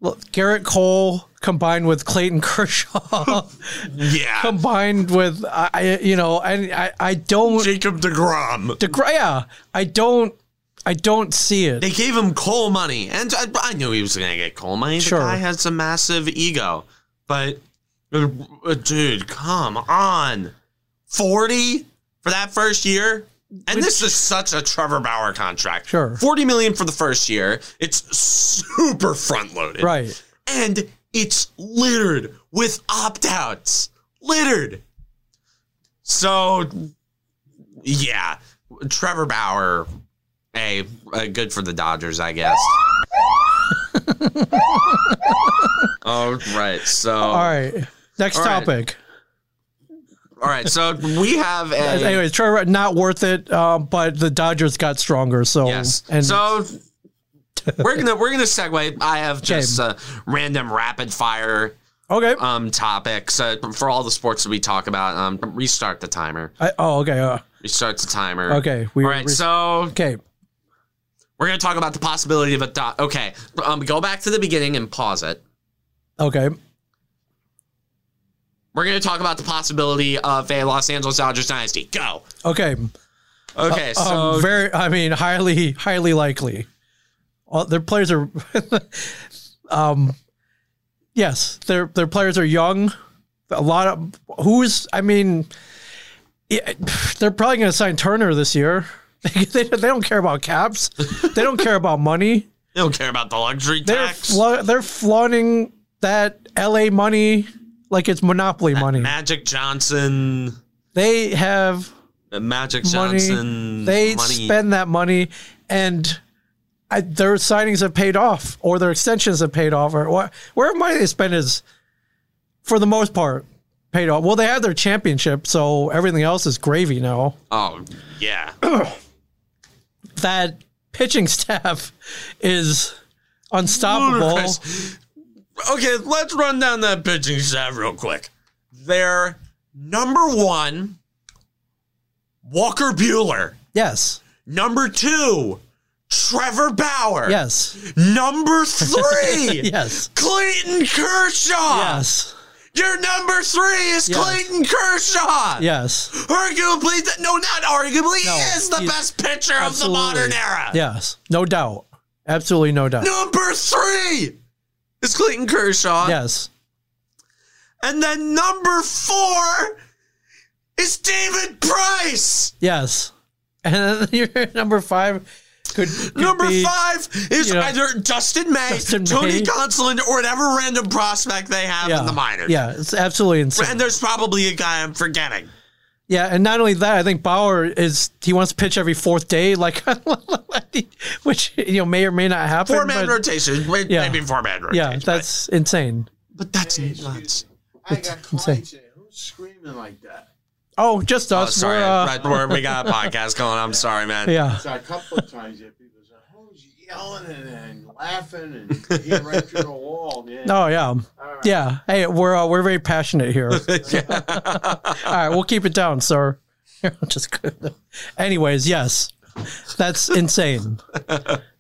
look, Garrett Cole combined with Clayton Kershaw Yeah. combined with I I- you know, and I I don't Jacob DeGrom. DeGra- yeah, I don't I don't see it. They gave him coal money, and I, I knew he was going to get coal money. The Sure. guy has a massive ego, but uh, uh, dude, come on, forty for that first year, and this is such a Trevor Bauer contract. Sure. forty million for the first year. It's super front loaded, Right. and it's littered with opt outs. Littered. So, yeah, Trevor Bauer, hey, uh, good for the Dodgers, I guess. all right, so all All right. right. Next All right. topic. so we have a Anyways, anyway, Trevor, not worth it. Um, but the Dodgers got stronger, so Yes. and so we're gonna we're gonna segue. I have just Shame. uh, random rapid fire okay. um topics uh, for all the sports that we talk about. Um, restart the timer. I, oh, okay, uh, Restart the timer. okay. We all right. we- so okay. we're gonna talk about the possibility of a dot. Okay. Um, go back to the beginning and pause it. Okay. We're gonna talk about the possibility of a Los Angeles Dodgers dynasty. Go. Okay. Okay. so um, very. I mean, highly, highly likely. All, their players are. um, yes, their their players are young. A lot of who's. I mean, yeah, they're probably going to sign Turner this year. they, they don't care about caps. they don't care about money. they don't care about the luxury They're tax. fla- they're flaunting that LA money like it's monopoly money. Magic Johnson. They have uh, Magic money. Johnson. they money. spend that money, and I, their signings have paid off, or their extensions have paid off, or what? Wherever money they spend is, for the most part, paid off. Well, they have their championship, so everything else is gravy now. Oh yeah. That pitching staff is unstoppable. Ludicrous. Okay, let's run down that pitching staff real quick. They're number one, Walker Bueller. Yes. Number two, Trevor Bauer. Yes. Number three, Yes. Clayton Kershaw. Yes. Your number three is Yes. Clayton Kershaw. Yes. Arguably, the, no, not arguably, No, he is the he's- best pitcher absolutely. of the modern era. Yes. No doubt. Absolutely no doubt. Number three is Clayton Kershaw. Yes. And then number four is David Price. Yes. And then your number five could, could Number be- five is you know, either Justin May, Dustin Tony May. Gonsolin, or whatever random prospect they have yeah. in the minors. Yeah, it's absolutely insane. And there's probably a guy I'm forgetting. yeah, and not only that, I think Bauer is he wants to pitch every fourth day, like which you know may or may not happen. Four man but- rotation. Wait, Yeah. Maybe four man rotation. yeah, but- that's insane. but that's nuts. I got clients in. Who's screaming like that? Oh, just Oh, us. sorry. We're, uh, Right, we're- we got a podcast going. I'm sorry, man. yeah, So a couple of times, yeah, people said, "Who's yelling and, and laughing and you hear right through the wall?" Yeah. Oh yeah, All right. yeah. Hey, we're uh, we're very passionate here. All right, we'll keep it down, sir. Just kidding. anyways, yes, that's insane.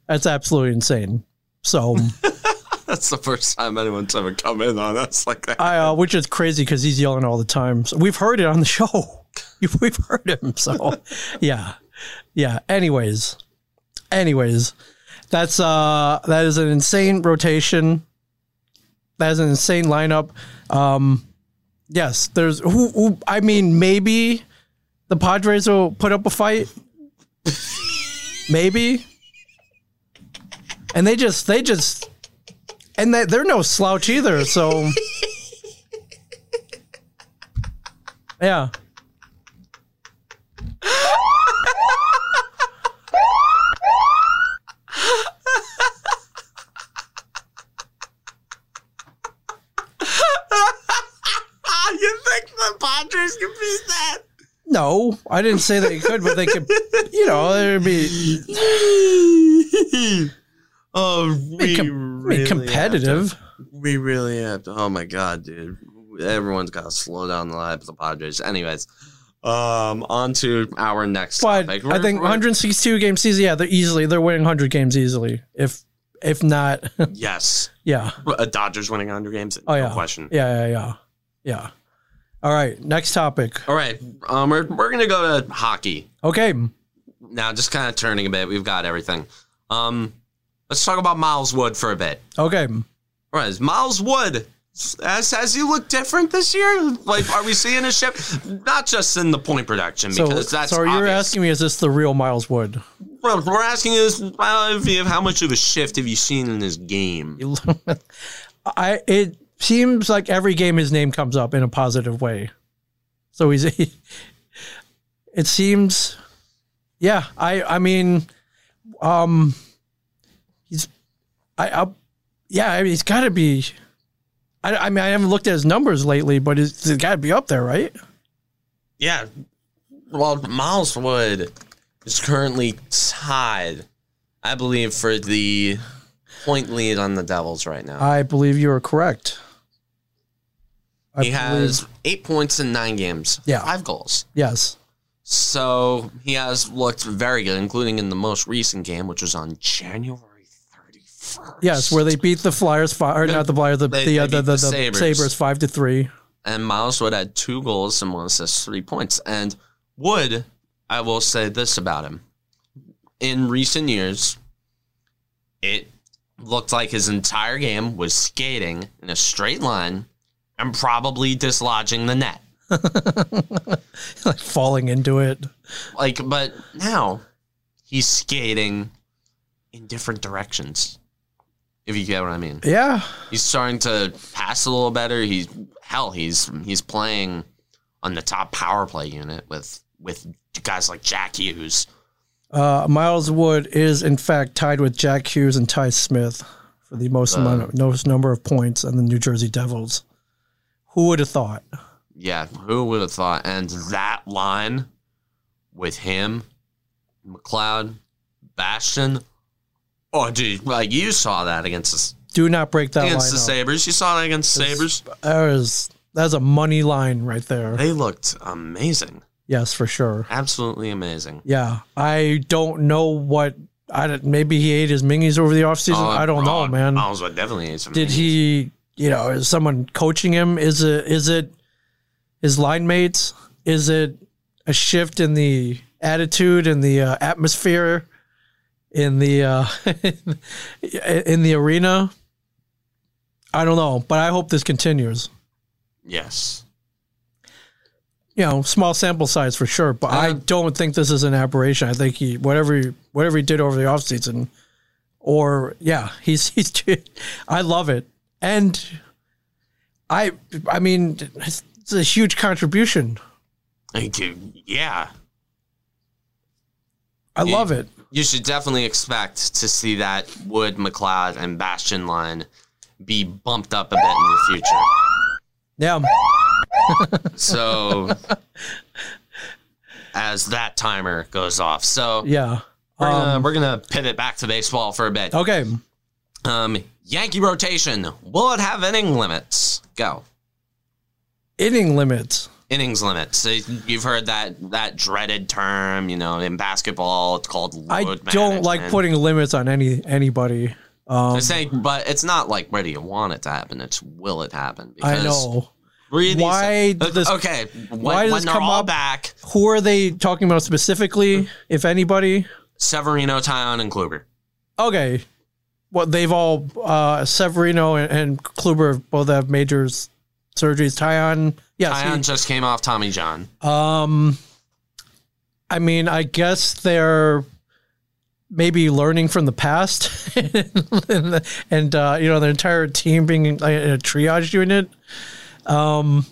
That's absolutely insane. So That's the first time anyone's ever come in on us like that. I, uh, which is crazy because he's yelling all the time. So we've heard it on the show. You've- We've heard him. So yeah, yeah. Anyways, anyways, that's uh, that is an insane rotation. That is an insane lineup. Um, yes, there's who, who I mean, maybe the Padres will put up a fight. maybe. And they just, they just, and they, they're no slouch either. So, yeah. you think the Padres can beat that? No, I didn't say they could, but they could, you know, there'd be oh, we be, com- really be have to- competitive. We really have to. Oh my god, dude! Everyone's got to slow down the life of the Padres. Anyways, um, on to our next But topic. I think We're- 162 game season. Yeah, they're easily they're winning 100 games easily. If if not, yes, yeah, uh, Dodgers winning 100 games. Oh, no yeah. question. yeah, yeah, yeah, yeah. All right, next topic. All right, um, we're we're gonna go to hockey Okay, now. Just kind of turning a bit. We've got everything. Um, let's talk about Miles Wood for a bit. okay. All right, is Miles Wood. Has, has he looked different this year? Like, are we seeing a shift? Not just in the point production, So, because that's so you're obvious. asking me, is this the real Miles Wood? Well, we're asking is well, if you- how much of a shift have you seen in this game? You- I it seems like every game his name comes up in a positive way. So he's it seems yeah, I I mean um he's I, I yeah, I mean, he's got to be I, I mean I haven't looked at his numbers lately, but it's- he's got to be up there, right? Yeah. Well, Miles Wood is currently tied, I believe, for the point lead on the Devils right now. I believe you are correct. I he has eight points in nine games. Yeah. Five goals. yes. So he has looked very good, including in the most recent game, which was on January 31st. Yes, where they beat the Flyers, fi- or not the Flyers, the They- the, uh, they the, beat the, the the Sabres. Sabres five to three. and Miles Wood had two goals and one assist, three points. And Wood, I will say this about him: in recent years, it looked like his entire game was skating in a straight line and probably dislodging the net. like falling into it. Like, but now he's skating in different directions. If you get what I mean. Yeah. he's starting to pass a little better. He's hell, he's he's playing on the top power play unit with with guys like Jack Hughes. Uh, Miles Wood is in fact tied with Jack Hughes and Ty Smith for the most Uh. amount of, most number of points on the New Jersey Devils. Who would have thought? Yeah, who would have thought? And that line with him, McLeod, Bastion. Oh, dude, like you saw that against us Do not break that against line. the up. Sabers. You saw that against the It's- Sabers. That was that's a money line right there. They looked amazing, Yes, for sure. absolutely amazing. Yeah, I don't know what I don't- maybe he ate his mingies over the offseason. Oh, I don't know, oh, man. I was like, definitely need some. Did he? You know, is someone coaching him? Is it? Is it his line mates? Is it a shift in the attitude and the uh, atmosphere in the uh, in the arena? I don't know, but I hope this continues. Yes. you know, small sample size for sure, but I Uh, don't think this is an aberration. I think he whatever he, whatever he did over the offseason or yeah, he's he's I love it. And I I mean it's, it's a huge contribution. Thank you. Yeah. I Yeah. love it. You should definitely expect to see that Wood, McLeod, and Bastion line be bumped up a bit in the future. Yeah. So, as that timer goes off. So, Yeah. we're gonna, Um, Oh. we're gonna pivot back to baseball for a bit. okay. Um, Yankee rotation. Will it have inning limits? Go Inning limits. innings limits. So you've heard that that dreaded term. You know, in basketball, it's called. Load I don't like management. putting limits on any anybody. Um I'm saying, but it's not like where do you want it to happen? It's will it happen? I know. Really, Why so- did this- okay, when, why did when this they're come all up? back, Who are they talking about specifically, if anybody? Severino, Tyon, and Kluber. okay. Well, they've all uh, Severino and, and Kluber both have major s- surgeries. Tyon, Tyon yes. just came off Tommy John. he- um, I mean, I guess they're maybe learning from the past, and, uh, you know, their entire team being in a triage unit. Um,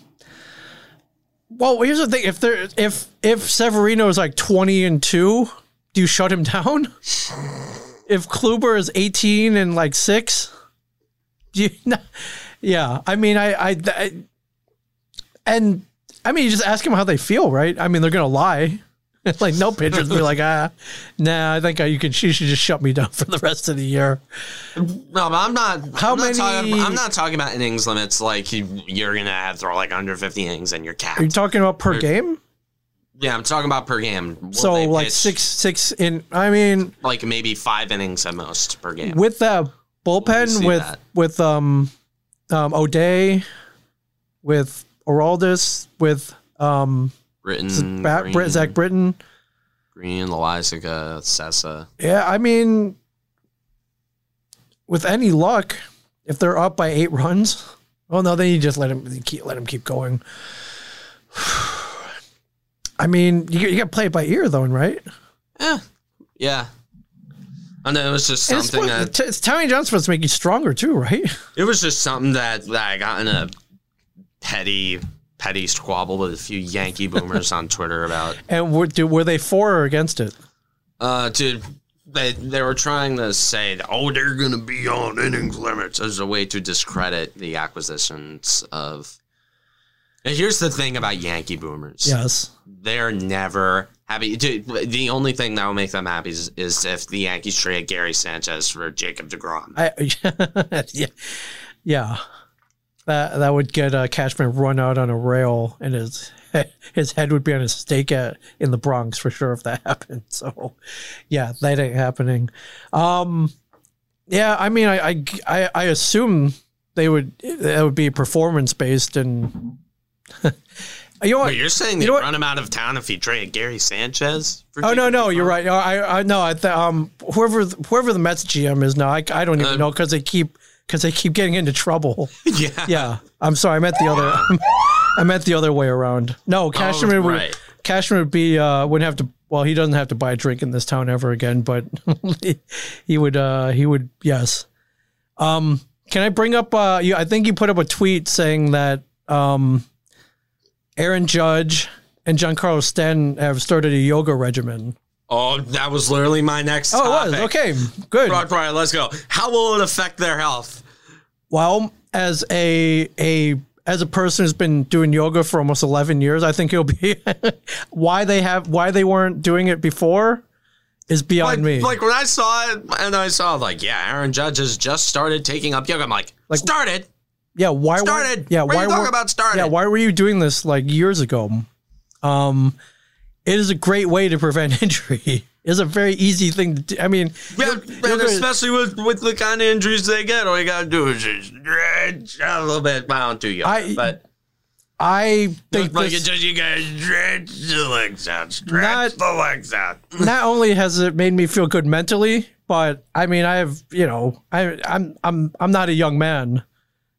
well, here's the thing: if they're if if Severino is like twenty and two, do you shut him down? if Kluber is 18 and like six, you, yeah, I mean, I, I, I, and I mean, you just ask them how they feel, right? I mean, they're gonna lie. like no pitchers be like, ah, nah, I think I, you can. She should just shut me down for the rest of the year. No, but I'm not. How I'm not many- talking- I'm not talking about innings limits. Like you, you're gonna have to throw like under 50 innings and you're capped. Are you talking about per game? yeah, I'm talking about per game. Will So they like pitch, six, six in. I mean, like maybe five innings at most per game. with the bullpen see with that. with um um O'Day, with Oraldis, with um Britain, Bat, Mm, Green, Brit, Zach Britton. Green, Loisaga, Sessa. Yeah, I mean, with any luck, if they're up by eight runs, well, no, then you just let him keep let him keep going. I mean, you, you got to play it by ear, though, right? Yeah. I know it was just And it's, something that supposed, t- it's Tommy John's supposed to make you stronger too, right? It was just something that, that I got in a petty, petty squabble with a few Yankee boomers on Twitter about. And were, do, were they for or against it? Uh, dude, they, they were trying to say, oh, they're going to be on innings limits as a way to discredit the acquisitions of. And here's the thing about Yankee boomers. Yes. They're never happy. Dude, the only thing that will make them happy is, is if the Yankees trade Gary Sanchez for Jacob DeGrom. I, yeah, yeah. That that would get uh, Cashman run out on a rail, and his his head would be on a stake at in the Bronx for sure if that happened. So, yeah, that ain't happening. Um, yeah, I mean, I I I, I assume they would that would be performance based, and you know what? But Oh, you're saying they You know what? run him out of town if you trade Gary Sanchez? For Oh no Jacob no, you're DeGrom? right. No, I I no, I th- um whoever whoever the Mets GM is now, I, I don't even Uh, know because they keep because they keep getting into trouble. yeah. Yeah, I'm sorry. I meant the other. I meant the other way around. No, Cashman would Oh, right. Cashman would be uh, wouldn't have to. Well, he doesn't have to buy a drink in this town ever again. But he, he would. Uh, he would. Yes. Um, can I bring up? Uh, you, I think you put up a tweet saying that um, Aaron Judge and Giancarlo Stanton have started a yoga regimen. Oh, that was literally my next. Oh, it was topic. okay. Good. Brock Pryor, let's go. How will it affect their health? Well, as a a as a person who's been doing yoga for almost eleven years, I think it'll be why they have why they weren't doing it before is beyond like, me. like when I saw it and I saw like, yeah, Aaron Judge has just started taking up yoga. I'm like, Like- started, yeah, why? were- started. Yeah, what are why? you talking were- about started? Yeah, why were you doing this like years ago? Um, it is a great way to prevent injury. It's a very easy thing to do. I mean, Yeah, you're- and you're gonna- especially with, with the kind of injuries they get, all you gotta do is just dredge a little bit down to you. I but I think like this- it just you gotta dredge the legs out, stretch Not- the legs out. not only has it made me feel good mentally, but I mean, I have you know, I, I'm I'm I'm not a young man,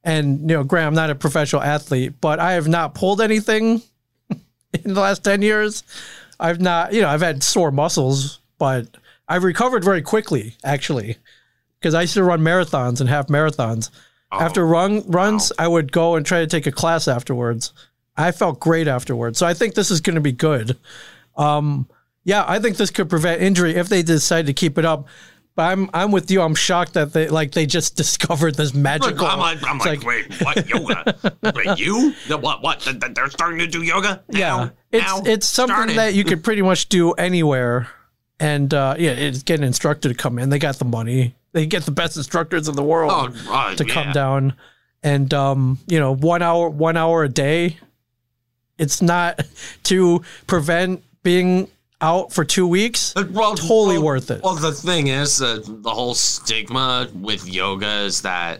and you know, Graham, I'm not a professional athlete, but I have not pulled anything in the last ten years. I've not, you know, I've had sore muscles, but I've recovered very quickly actually, because I used to run marathons and half marathons. Oh. After run runs, I would go and try to take a class afterwards. I felt great afterwards, so I think this is going to be good. Um, Yeah, I think this could prevent injury if they decide to keep it up. But I'm I'm with you. I'm shocked that they like they just discovered this magical. I'm like, I'm It's like, wait, what yoga? wait, you? The, what? What? The, the, they're starting to do yoga? Now? yeah, it's Now? it's something Started. that you could pretty much do anywhere, and uh, yeah, it's getting instructor to come in. They got the money. They get the best instructors in the world oh, oh, to yeah. come down, and um, you know, one hour one hour a day. It's not to prevent being out for two weeks. But, Well, Totally well, worth it. Well, the thing is, uh, the whole stigma with yoga is that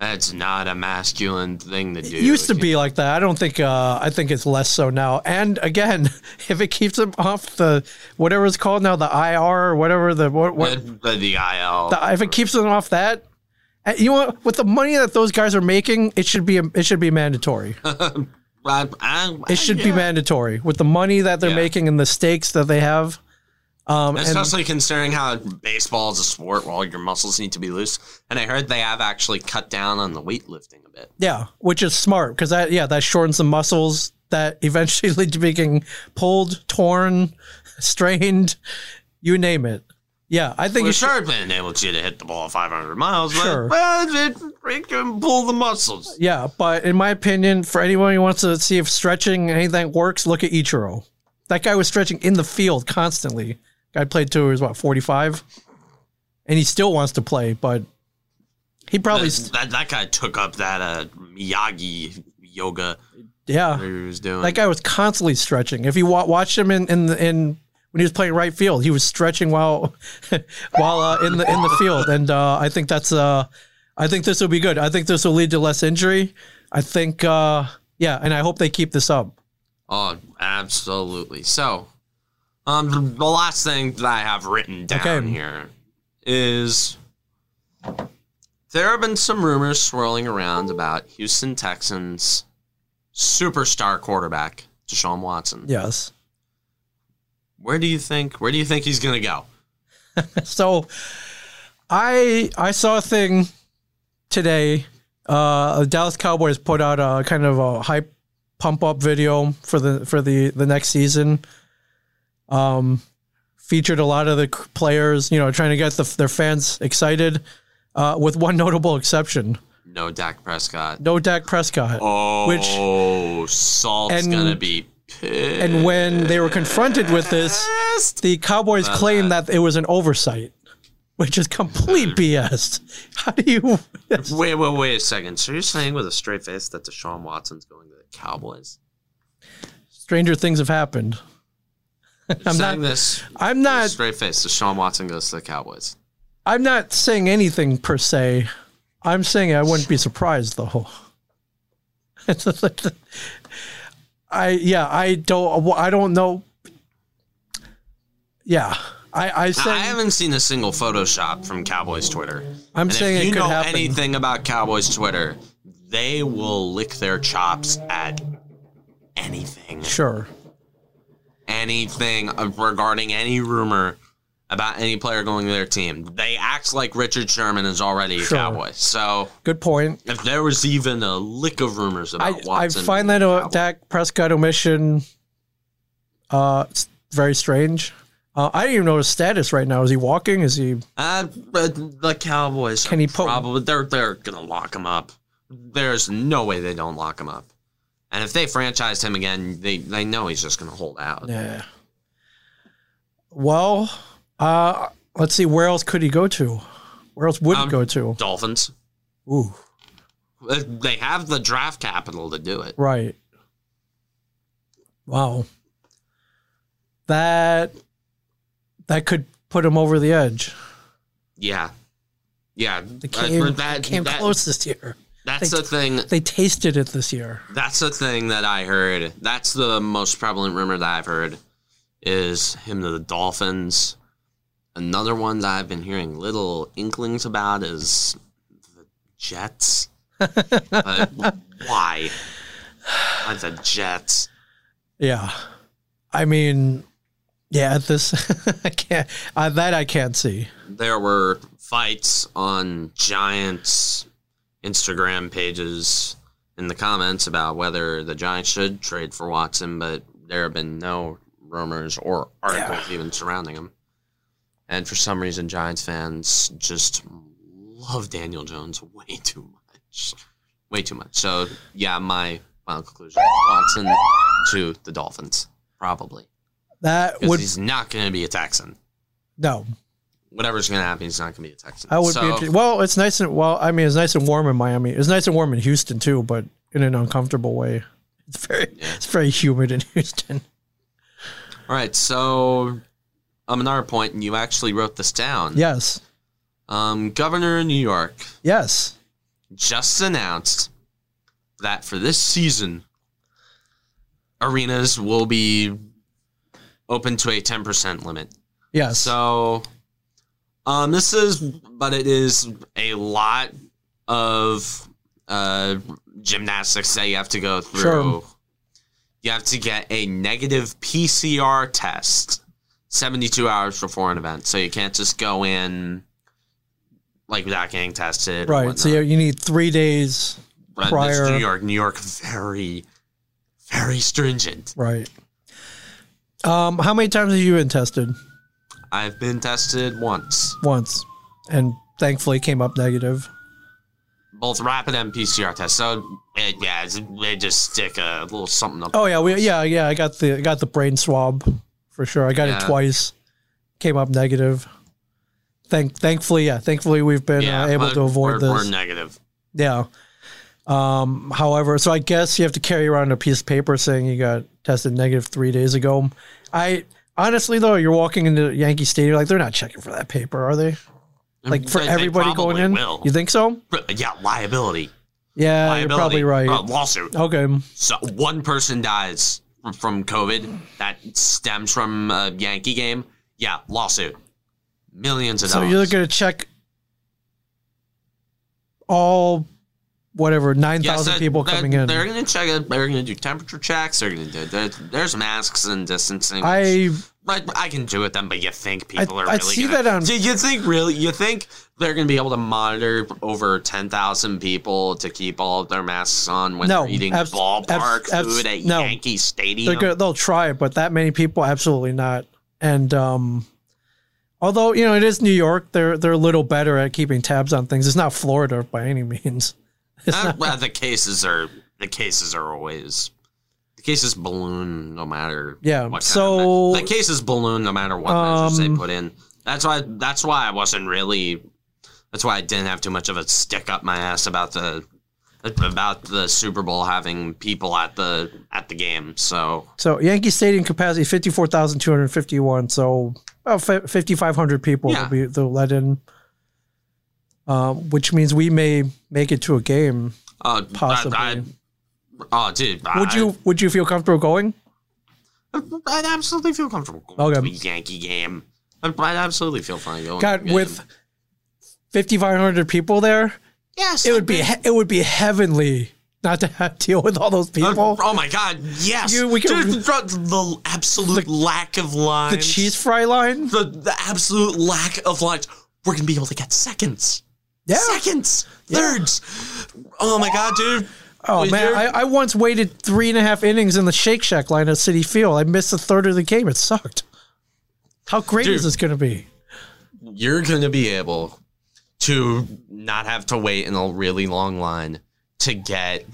it's not a masculine thing to do. It used to be like that. I don't think. Uh, I think it's less so now. And again, if it keeps them off the whatever it's called now, the IR or whatever the what, what The, the, the IL. the, Uh, if it keeps them off that, uh, you know, what? with the money that those guys are making, it should be it should be mandatory. I- I- It should be mandatory with the money that they're Yeah. making and the stakes that they have. Um, and Especially considering how baseball is a sport where all your muscles need to be loose. And I heard they have actually cut down on the weightlifting a bit. yeah, which is smart because that yeah that shortens the muscles that eventually lead to being pulled, torn, strained, you name it. Yeah, I think Well, it should- sure, it enables you to hit the ball 500 miles, but Sure. well, it, it can pull the muscles. Yeah, but in my opinion, for anyone who wants to see if stretching and anything works, look at Ichiro. That guy was stretching in the field constantly. Guy played till he was what forty five, and he still wants to play, but he probably That, that, that guy took up that uh, Miyagi yoga that yeah. he was doing. That guy was constantly stretching. If you wa- watch him in in the- in when he was playing right field, he was stretching while while uh, in the in the field, and uh, I think that's uh I think this will be good. I think this will lead to less injury. I think uh yeah, and I hope they keep this up. Oh, absolutely. So, um, the last thing that I have written down Okay. here is there have been some rumors swirling around about Houston Texans superstar quarterback Deshaun Watson. Yes. Where do you think? Where do you think he's gonna go? so I I saw a thing today. Uh, the Dallas Cowboys put out a kind of a hype pump up video for the for the the next season. Um, featured a lot of the c- players, you know, trying to get the, their fans excited. Uh, with one notable exception, No, Dak Prescott. no Dak Prescott. Oh, Salt's and- gonna be pissed. And when they were confronted with this, the Cowboys claimed that it was an oversight, which is complete BS. How do you? Wait, wait, wait a second. So you're saying with a straight face that Deshaun Watson's going to the Cowboys? stranger things have happened. I'm I'm saying not. this I'm not. straight face. Deshaun Watson goes to the Cowboys. I'm not saying anything per se. I'm saying I wouldn't be surprised though. I yeah. I don't. I don't know. Yeah. I I Now, I say haven't seen a single Photoshop from Cowboys Twitter. I'm And saying if you it could know happen. anything about Cowboys Twitter, they will lick their chops at anything, sure. anything regarding any rumor about any player going to their team. They act like Richard Sherman is already a Sure. Cowboy. So Good point. if there was even a lick of rumors about I I Watson, find that uh, Dak Prescott omission uh s- very strange. Uh, I didn't even know his status right now. Is he walking? Is he? Uh, but the Cowboys. Can Can he he put- probably they're they're gonna lock him up. There's no way they don't lock him up. And if they franchised him again, they they know he's just gonna hold out. Yeah. Well, Uh, let's see, where else could he go to? Where else would Um, he go to? Dolphins. Ooh, Uh, They have the draft capital to do it. right. Wow. That that could put him over the edge. Yeah. Yeah. They Uh, came, that- came that- close this year. That's They- the thing. They tasted it this year. That's the thing that I heard. That's the most prevalent rumor that I've heard is him to the Dolphins. Another one that I've been hearing little inklings about is the Jets. Uh, why? Why the Jets? Yeah. I mean, yeah, at this I can't uh, that I can't see. There were fights on Giants Instagram pages in the comments about whether the Giants should trade for Watson, but there have been no rumors or articles even surrounding him. And for some reason, Giants fans just love Daniel Jones way too much. Way too much. So, yeah, my final conclusion is Watson to the Dolphins, probably. That Because would he's not going to be a Texan. no. Whatever's going to happen, he's not going to be a Texan. I would So- be interested. Well, it's nice and well, I mean, it's nice and warm in Miami. It's nice and warm in Houston too, but in an uncomfortable way. It's very Yeah. it's very humid in Houston. All right, so um, another point, and you actually wrote this down. Yes. Um, Governor of New York Yes. just announced that for this season, arenas will be open to a ten percent limit. Yes. So, um, this is, but it is a lot of uh, gymnastics that you have to go through. Sure. You have to get a negative PCR test 72 hours before an event. So you can't just go in like without getting tested. or right. So you, whatnot. you need 3 days. But it's prior- New York, New York, very, very stringent. Right. Um how many times have you been tested? I've been tested once, Once. And thankfully came up negative. both rapid and PCR tests. So it, yeah, it's, they just stick a little something up. Oh yeah, we yeah yeah. I got the I got the brain swab for sure. I got Yeah. it twice, came up negative. Thank thankfully yeah, thankfully we've been yeah, uh, able but to we're, avoid We're this. negative. Yeah. Um. However, so I guess you have to carry around a piece of paper saying you got tested negative three days ago. I honestly though, you're walking into Yankee Stadium like they're not checking for that paper, are they? Like for Mm, They- they everybody going probably in, will. you think so? yeah, liability. Yeah, liability. you're probably right. Uh, lawsuit. okay. So one person dies from- from COVID that stems from a Yankee game. Yeah, lawsuit. Millions of So dollars. you're going to check all whatever nine Yes, thousand that- people that- coming in. They're going to check it. They're going to do temperature checks. They're going to do. There, there's masks and distancing. I I, I can do it then, but you think people are I really see gonna, that on- Do you think really you think they're gonna be able to monitor over ten thousand people to keep all of their masks on when No, they're eating abs- ballpark abs- abs- food at no. Yankee they're Stadium? gonna, they'll try it, but that many people, absolutely not. And um, although you know it is New York, they're they're a little better at keeping tabs on things. It's not Florida by any means. Uh, well, the cases are the cases are always the cases balloon no matter Yeah, what kind of so- me- the cases balloon no matter what measures they Um, put in. That's why that's why I wasn't really that's why I didn't have too much of a stick up my ass about the about the Super Bowl having people at the at the game. So So Yankee Stadium capacity fifty four thousand two hundred fifty one. So about fifty five hundred people Yeah. will be they'll let in. Uh, which means we may make it to a game. uh, Possibly. I, I, oh dude, Would I, you would you feel comfortable going? I'd absolutely feel comfortable going Okay. to a Yankee game. I'd, I'd absolutely feel fine going. to a God, game. with 5,500 people there, yes, it would be he- it would be heavenly not to have to deal with all those people. Oh my god, yes. You- we can- Dude, the, the absolute lack of lines. the cheese fry line, The, the absolute lack of lines. We're going to be able to get seconds. yeah. Seconds. Thirds. Oh my god, dude. Oh Wait, man, there- I, I once waited three and a half innings in the Shake Shack line at City Field. I missed a third of the game. It sucked. How great is Dude. this going to be? You're going to be able to not have to wait in a really long line to get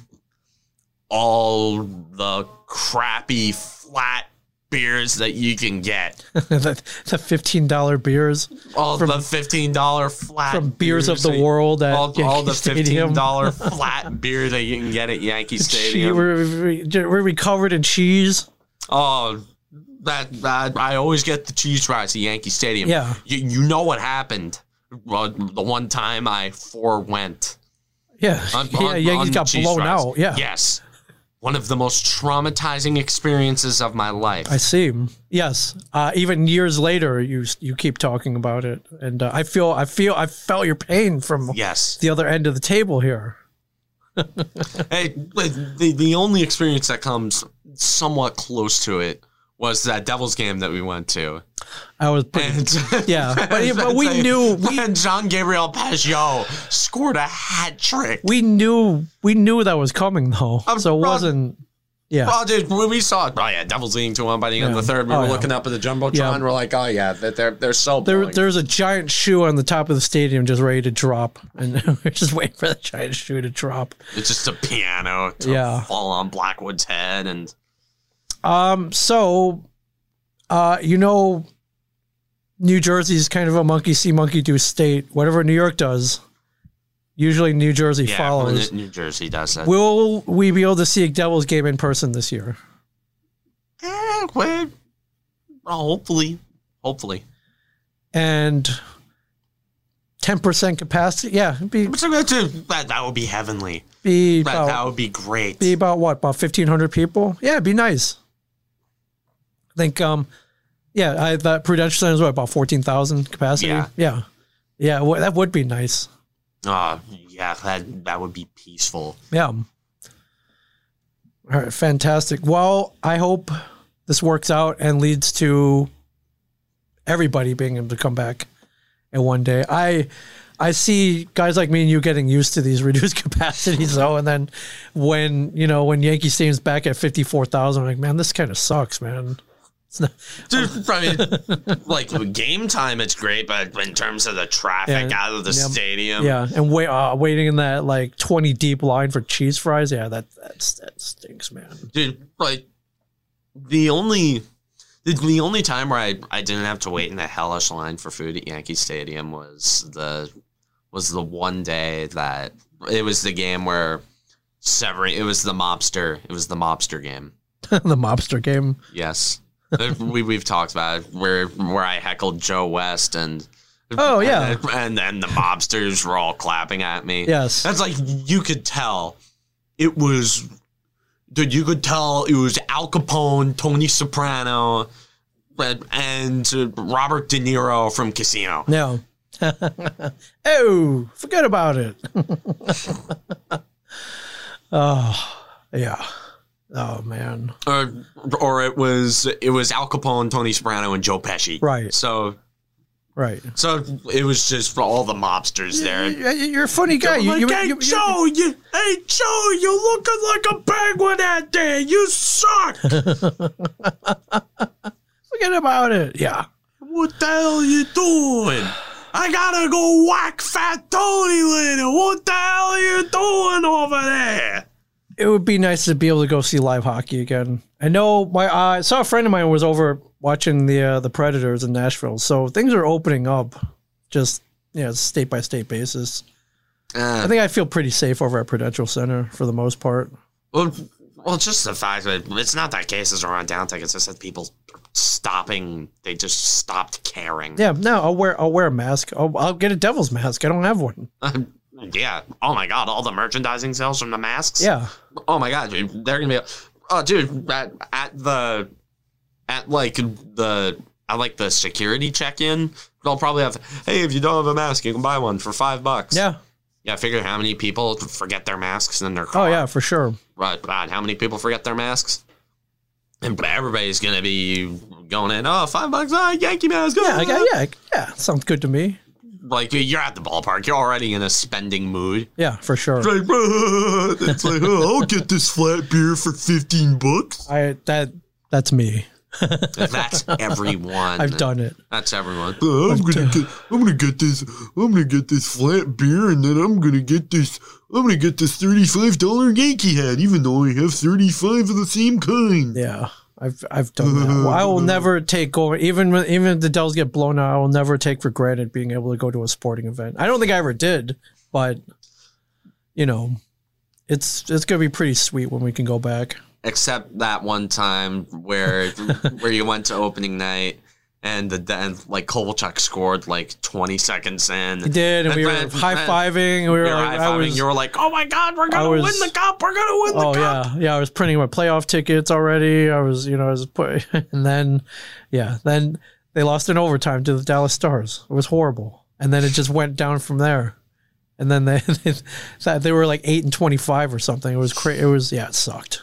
all the crappy flat beers that you can get. the, the fifteen dollar beers All the fifteen dollar flat from Beers of that the you- World at All, all the Yankee Stadium. fifteen dollar flat beer that you can get at Yankee Gee, Stadium. we're, we're we covered in cheese. Oh, that, that I always get the cheese fries at Yankee Stadium. Yeah. you, you know what happened? Well, the one time I forewent. Yeah, on- yeah, on- yeah. You on got cheese blown fries. out. Yeah, Yes. One of the most traumatizing experiences of my life. I see. Yes, uh, even years later, you you keep talking about it, and uh, I feel I feel I felt your pain from yes. the other end of the table here. Hey, but the, the only experience that comes somewhat close to it was that Devils game that we went to. I was pretty, And yeah, but, but we It's a- knew we, when John Gabriel Pajot scored a hat trick. we knew we knew that was coming though, Um, so it Ron- wasn't. Yeah, Oh, dude, when we saw it, oh yeah, Devils leading to one by the end of the third, we Oh, were yeah. looking up at the jumbotron. Yeah. We're like, oh yeah, that they're they're so There, blowing. there's a giant shoe on the top of the stadium just ready to drop, and we're just waiting for the giant shoe to drop. It's just a piano to Yeah. fall on Blackwood's head, and Um, so, uh, you know, New Jersey's kind of a monkey see, monkey do state. Whatever New York does, usually New Jersey yeah, follows. New Jersey does that. Will we be able to see a Devils game in person this year? Eh, well, well, hopefully, hopefully. And ten percent capacity? Yeah, it'd be But so that- That, that would be heavenly. be That, that about, would be great. be about what? About fifteen hundred people? Yeah, it'd be nice. I think. Um, yeah, I that Prudential Center is what about fourteen thousand capacity? Yeah. yeah, yeah. wha- that would be nice. Ah, yeah, that that would be peaceful. Yeah. All right, fantastic. Well, I hope this works out and leads to everybody being able to come back in one day. I I see guys like me and you getting used to these reduced capacities though, and then when you know when Yankee Stadium's back at fifty four thousand, I'm like, man, this kind of sucks, man. Dude, I mean, like game time, it's great, but in terms of the traffic Yeah. out of the Yeah. stadium, Yeah, and wait, uh, waiting in that like twenty deep line for cheese fries, yeah, that that's, that stinks, man. dude, like the only the, the only time where I, I didn't have to wait in a hellish line for food at Yankee Stadium was the was the one day that it was the game where Severin it was the mobster it was the mobster game. the mobster game. Yes. Uh, we we've talked about it, where where I heckled Joe West and Oh, yeah. and and the mobsters were all clapping at me. Yes. That's like you could tell it was dude, you could tell it was Al Capone, Tony Soprano, and, and uh, Robert De Niro from Casino. No. oh, forget about it. oh, yeah. Oh man. Or or it was it was Al Capone, Tony Soprano and Joe Pesci. Right. So Right. so it was just for all the mobsters there. You- You're a funny guy. You, Like, you- hey, you- Joe, oh, you, hey, Joe, you looking like a penguin out there. You suck. forget about it. Yeah. what the hell you doing? I gotta go whack Fat Tony later. What the hell you doing over there? It would be nice to be able to go see live hockey again. I know my I saw a friend of mine was over watching the uh, the Predators in Nashville. So things are opening up just you know, state by state basis. I think I feel pretty safe over at Prudential Center for the most part. well, well, just the fact that it's not that cases are on down tickets. It's just that people are stopping. They just stopped caring. Yeah, no, I'll wear I'll wear a mask. I'll, I'll get a devil's mask. I don't have one. yeah. Oh my God! All the merchandising sales from the masks. Yeah, oh my god, dude, they're gonna be, oh dude, at, at the, at like the, at like the security check in, they'll probably have, hey, if you don't have a mask, you can buy one for five bucks. yeah. yeah. Figure how many people forget their masks in their Oh car. yeah, for sure. right, God, how many people forget their masks? And but everybody's gonna be going in. Oh, five bucks! Ah, Yankee mask. Yeah, ah." I got, yeah, yeah. Sounds good to me. Like you're at the ballpark. You're already in a spending mood. Yeah, for sure. Like, it's like, oh, I'll get this flat beer for fifteen bucks. I that that's me. That's everyone. I've done it. That's everyone. Uh, I'm gonna get I'm gonna get this I'm gonna get this flat beer and then I'm gonna get this I'm gonna get this thirty five dollar Yankee hat even though I have thirty five of the same kind. Yeah. I've I've done that. I will never take over even when- even if the Dells get blown out. I will never take for granted being able to go to a sporting event. I don't think I ever did, but you know, it's it's gonna be pretty sweet when we can go back. except that one time where where you went to opening night and the and like Kovalchuk scored like 20 seconds in. We did, and we were Brad- high fiving. We you were were like, I high-fiving. was, you were like, "Oh my god, we're gonna was- win the cup! We're gonna win the oh cup!" yeah, yeah. I was printing my playoff tickets already. I was, you know, I was put, and then, yeah, then they lost in overtime to the Dallas Stars. It was horrible, and then it just went down from there. And then they, they, that- they were like eight and twenty five or something. It was crazy. It was yeah, it sucked.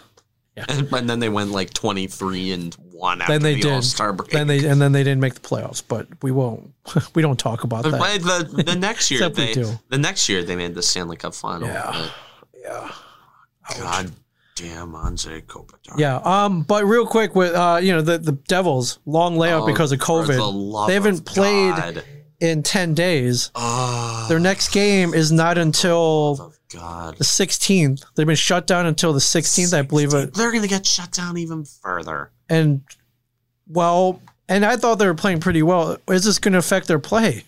And then they went like 23 and one after Then they the did. All-Star break. Then they and then they didn't make the playoffs. But we won't. We don't talk about But that. by the, the next year Except we they do. the next year they made the Stanley Cup final. Yeah. Yeah. But God damn Anze Kopitar. Yeah. Um. But real quick with uh, you know, the the Devils long layout Oh, because of for the COVID. love They haven't of played- God. in 10 days. Oh, Their next game is not until of God. the 16th. They've been shut down until the 16th, I believe. it. They're gonna get shut down even further. And, well, and I thought they were playing pretty well. Is this going to affect their play?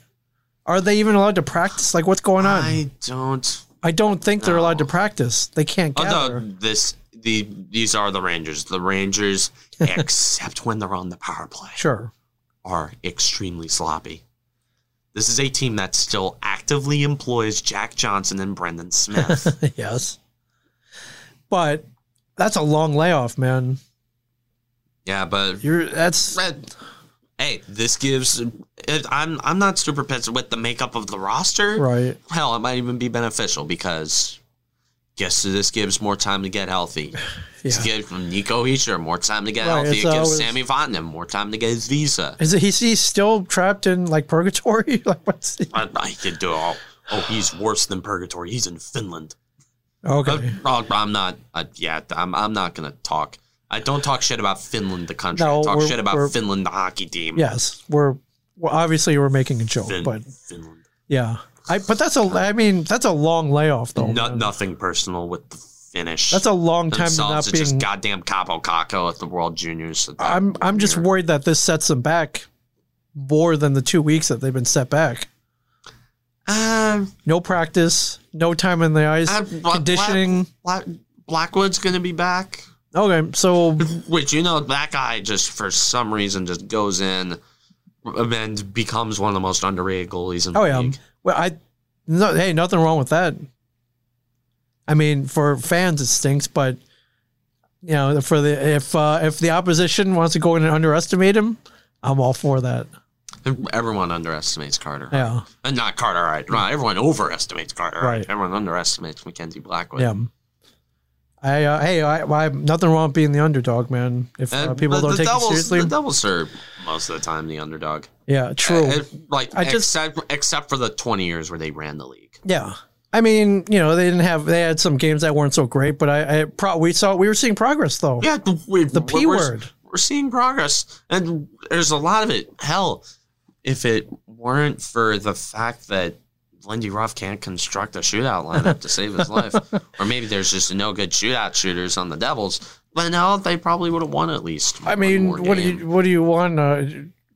Are they even allowed to practice? Like, what's going on? I, I don't. don't think they're allowed to No. practice. They can't Although gather. Oh, this, the these are the Rangers. The Rangers, except when they're on the power play, Sure. are extremely sloppy. This is a team that still actively employs Jack Johnson and Brendan Smith. yes. But that's a long layoff, man. yeah, but You're that's but, hey, this gives. It, I'm I'm not super pissed with the makeup of the roster. right. Hell, it might even be beneficial because guess who this gives more time to get healthy. This Yeah. gives Nico Heischer more time to get Right, healthy. It it's gives always- Sammy Vatanen more time to get his visa. Is it, he's, he's still trapped in like purgatory? like what's he? I, I could do all. Oh, he's worse than purgatory. He's in Finland. But, Okay. oh, I'm not. Uh, yeah, I'm. I'm not gonna talk. I don't talk shit about Finland, the country. No, I talk we're- shit about we're- Finland, the hockey team. Yes, we're well, obviously we're making a joke, Fin- but Finland. yeah, I but that's a I mean that's a long layoff though. No, man. nothing personal with the Finnish. That's a long time to themselves. not It's being. just goddamn Capo Caco at the World Juniors. at that I'm I'm just year. worried that this sets them back more than the two weeks that they've been set back. Uh, Um, No practice, no time in the ice, Uh, Bla- conditioning. Black, Blackwood's gonna be back, Okay, so which you know that guy just for some reason just goes in and becomes one of the most underrated goalies in oh the yeah, league. well I, no, hey, nothing wrong with that. I mean, for fans it stinks, but you know, for the if uh, if the opposition wants to go in and underestimate him, I'm all for that. Everyone underestimates Carter, Yeah, Uh, not Carter. Right? No, everyone overestimates Carter. Right? Right. Everyone underestimates Mackenzie Blackwood. yeah. I uh, hey, I, I nothing wrong with being the underdog, man. If And uh, people the, don't the take Devils, you seriously, The Devils are most of the time the underdog. yeah, true. Uh, like I just- except except for the twenty years where they ran the league. yeah, I mean, you know, they didn't have they had some games that weren't so great, but I, I pro, we saw we were seeing progress though. Yeah, we, The P we're- word. We're seeing progress, and there's a lot of it. Hell, if it weren't for the fact that Lindy Ruff can't construct a shootout lineup to save his life, or maybe there's just no good shootout shooters on the Devils, then hell, they probably would have won at least. I one mean, more what do game. you what do you want? Uh,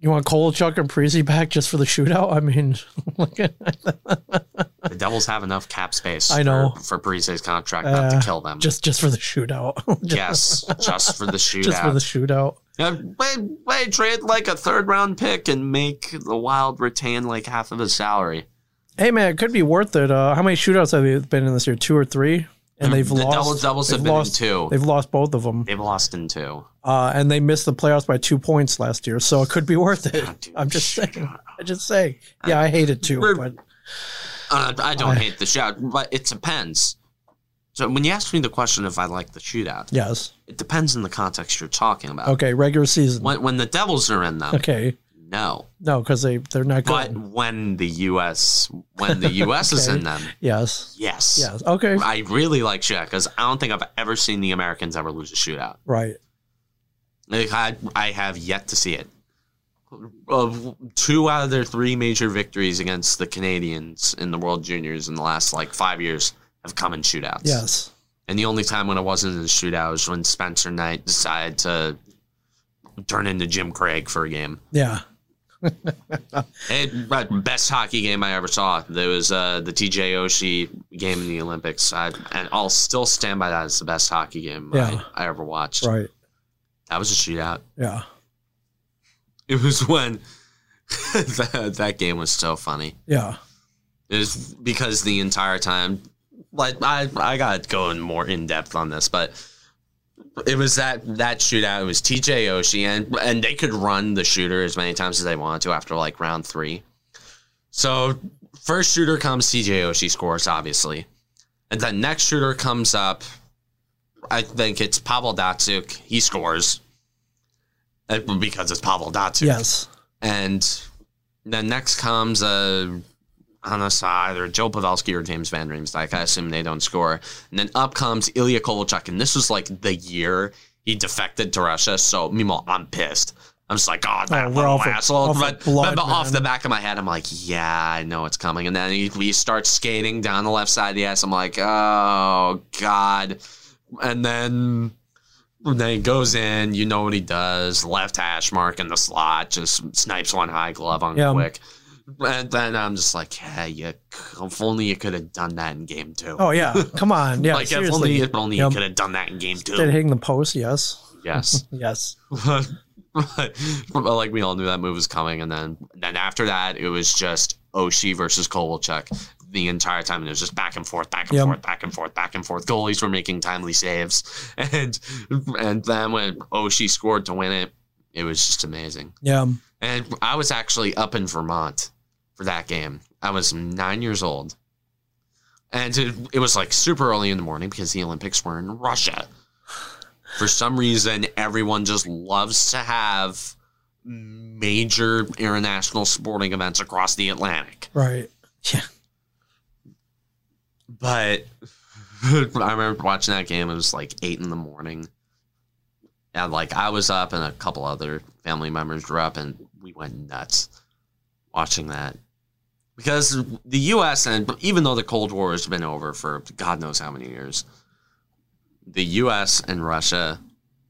you want Kovalchuk and Prezi back just for the shootout? I mean, look at- The Devils have enough cap space. I know. for, for Brise's contract not Uh, to kill them. just just for the shootout. just, yes, just for the shootout. just for the shootout. Uh, wait, wait, trade like a third round pick and make the Wild retain like half of his salary. Hey man, it could be worth it. Uh, how many shootouts have they been in this year? Two or three? And they've the lost. Devils, Devils they've have been lost in two. They've lost both of them, They've lost in two. uh, and they missed the playoffs by two points last year. So it could be worth it. God, dude, I'm just shut saying. up. I'm just saying. Yeah, I hate it too. We're- But Uh, I don't I- hate the shootout, but it depends. So when you ask me the question if I like the shootout, yes, it depends on the context you're talking about. okay. Regular season. When, when the Devils are in them, Okay, no. no, because they they're not But good. when the U.S. when the U.S. is Okay. in them, yes, yes. yes. Okay, I really like shootout because I don't think I've ever seen the Americans ever lose a shootout. right. Like, I, I have yet to see it. Of two out of their three major victories against the Canadians in the World Juniors in the last like five years have come in shootouts. Yes. And the only time when it wasn't in a shootout was when Spencer Knight decided to turn into Jim Craig for a game. Yeah. It, but best hockey game I ever saw. There was uh, the TJ Oshie game in the Olympics. I, and I'll still stand by that as the best hockey game Yeah. I, I ever watched. Right. That was a shootout. Yeah. It was when that, that game was so funny. Yeah. is because the entire time like I I got to go in more in depth on this, but it was that that shootout. It was TJ Oshie and and they could run the shooter as many times as they wanted to after like round three. So first shooter comes TJ Oshie scores obviously, and then next shooter comes up. I think it's Pavel Datsuk. He scores Uh, because it's Pavel Datsuk. Yes. And then next comes uh, I don't know, so either Joe Pavelski or James Van Riemsdyk. I assume they don't score. And then up comes Ilya Kovalchuk, and this was like the year he defected to Russia. So meanwhile, I'm pissed. I'm just like, oh, that we're little off a- asshole. off a but blood, but off man. the back of my head, I'm like, yeah, I know it's coming. And then he, he starts skating down the left side of the ice. I'm like, oh god. And then and then he goes in. You know what he does? Left hash mark in the slot, just snipes one high glove on Yeah. quick. And then I'm just like, hey, you, if only you could have done that in game two. Oh yeah. Come on. Yeah. like, if only, seriously. if only Yep. you could have done that in game two. Did hitting the post? Yes. Yes. Yes. but, like, we all knew that move was coming. And then, then after that, it was just Oshie versus Kovalchuk the entire time. And it was just back and forth, back and Yep. forth, back and forth, back and forth. Goalies were making timely saves. And, and then when Oshie scored to win it, it was just amazing. Yeah. And I was actually up in Vermont for that game. I was nine years old. And it, it was like super early in the morning because the Olympics were in Russia. For some reason, everyone just loves to have major international sporting events across the Atlantic. Right. But I remember watching that game. It was like eight in the morning, and like I was up, and a couple other family members were up, and we went nuts watching that because the U.S. and even though the Cold War has been over for God knows how many years, the U.S. and Russia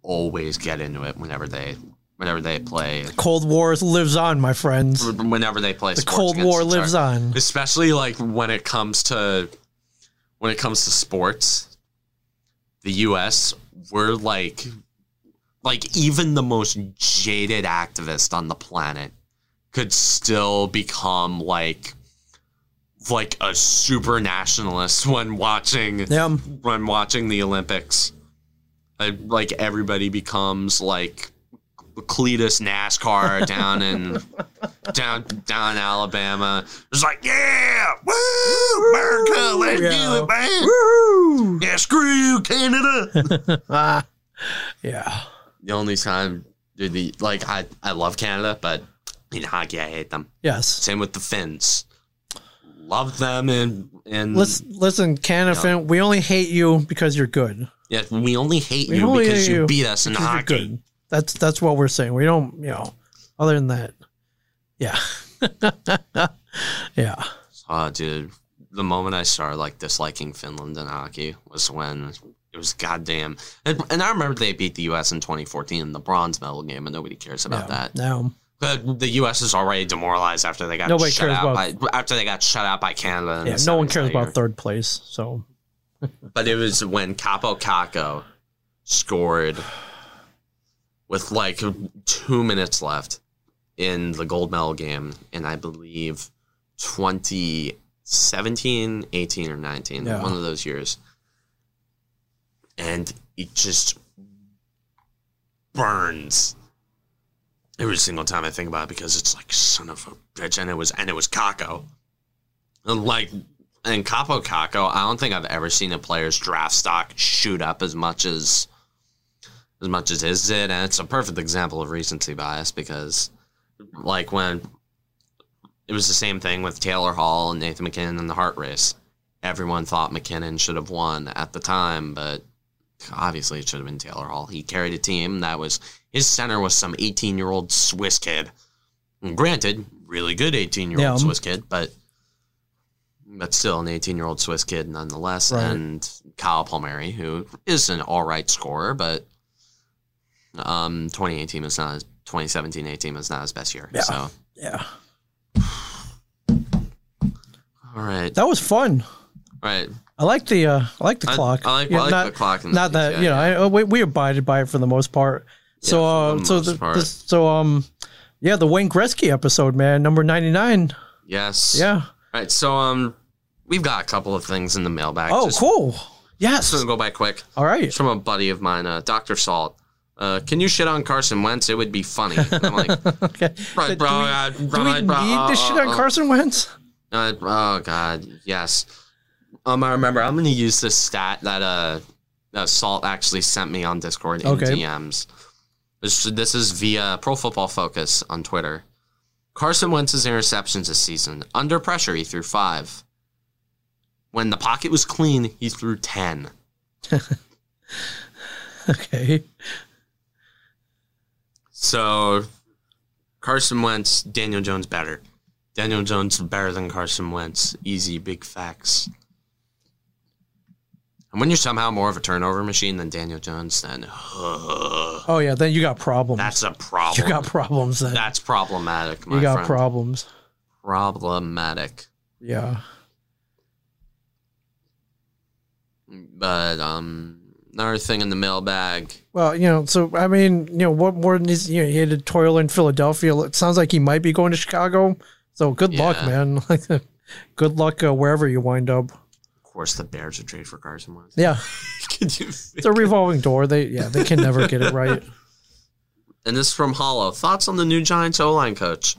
always get into it whenever they whenever they play Cold War lives on, my friends. whenever they play The sports Cold against War each other lives on. especially like when it comes to when it comes to sports the us we're like like even the most jaded activist on the planet could still become like like a super nationalist when watching Yeah. when watching the olympics I, like everybody becomes like Cletus NASCAR down in down down in Alabama. It's like, yeah, woo, America, let's Yeah. do it, man. Yeah, screw you, Canada. Ah. Yeah. the only time, dude, the, like I I love Canada, but in hockey I hate them. Yes. Same with the Finns. Love them and and Listen, listen, Canada fan, we only hate you because you're good. yeah, we only hate We you only because hate you you beat us in Because you're hockey. good. That's that's what we're saying. We don't, you know. Other than that, yeah, yeah, Oh, dude. The moment I started like disliking Finland and hockey was when it was goddamn. And, and I remember they beat the U.S. in 2014 in the bronze medal game, and nobody cares about yeah. that. Now, But the U.S. is already demoralized after they got Nobody shut cares out about- by, after they got shut out by Canada. in yeah, the no one semis cares that year. about third place. So But it was when Capo Caco scored with like two minutes left in the gold medal game in I believe 2017, 18, or 19, Yeah. one of those years. And it just burns every single time I think about it because it's like son of a bitch, and it was and it was Kako, and like and Capo Kako. I don't think I've ever seen a player's draft stock shoot up as much as as much as his did, and it's a perfect example of recency bias because like when it was the same thing with Taylor Hall and Nathan McKinnon in the heart race. Everyone thought McKinnon should have won at the time, but obviously it should have been Taylor Hall. He carried a team that was his center was some 18 year old Swiss kid. And granted, really good 18 year Yeah. old Swiss kid, but but still an 18 year old Swiss kid nonetheless. Right. And Kyle Palmieri, who is an all right scorer, but Um, 2018 was not his 2017 18 was not his best year. Yeah. So, Yeah. all right, That was fun. all right. I like the uh, I like the I- clock. I like- I yeah, like not, the clock and Not things, that yeah, you know, I, uh, we, we abided by it for the most part. So Yeah, for the uh, so most the, part. this- so um, yeah, the Wayne Gretzky episode, man, number ninety nine. Yes. Yeah. All right. So, um, we've got a couple of things in the mailbag. Oh, Just- cool. Yes. Just gonna go by quick. All right. It's from a buddy of mine, uh, Doctor Salt. Uh, can you shit on Carson Wentz? It would be funny. And I'm like, Okay. right, bro. uh, Do we right, bro, need this uh, shit on uh, Carson Wentz? Uh, oh God, yes. Um, I remember. I'm gonna use this stat that uh, uh Salt actually sent me on Discord in Okay. DMs. This this is via Pro Football Focus on Twitter. Carson Wentz's interceptions this season under pressure, he threw five. When the pocket was clean, he threw ten. Okay. So Carson Wentz, Daniel Jones better. Daniel Jones better than Carson Wentz. Easy, big facts. And when you're somehow more of a turnover machine than Daniel Jones, then uh, Oh yeah, then you got problems. that's a problem. you got problems then. that's problematic, my you got friend. problems. problematic. Yeah. But um, another thing in the mailbag. Well, you know, so I mean, you know, what more needs you know, he had to toil in Philadelphia. It sounds like he might be going to Chicago. So good luck, Yeah. man. Like good luck uh, wherever you wind up. Of course, the Bears would trade for Carson Wentz. Yeah. Could you It's a revolving door. They yeah, they can never get it right. and this is from Hollow. Thoughts on the new Giants O line coach?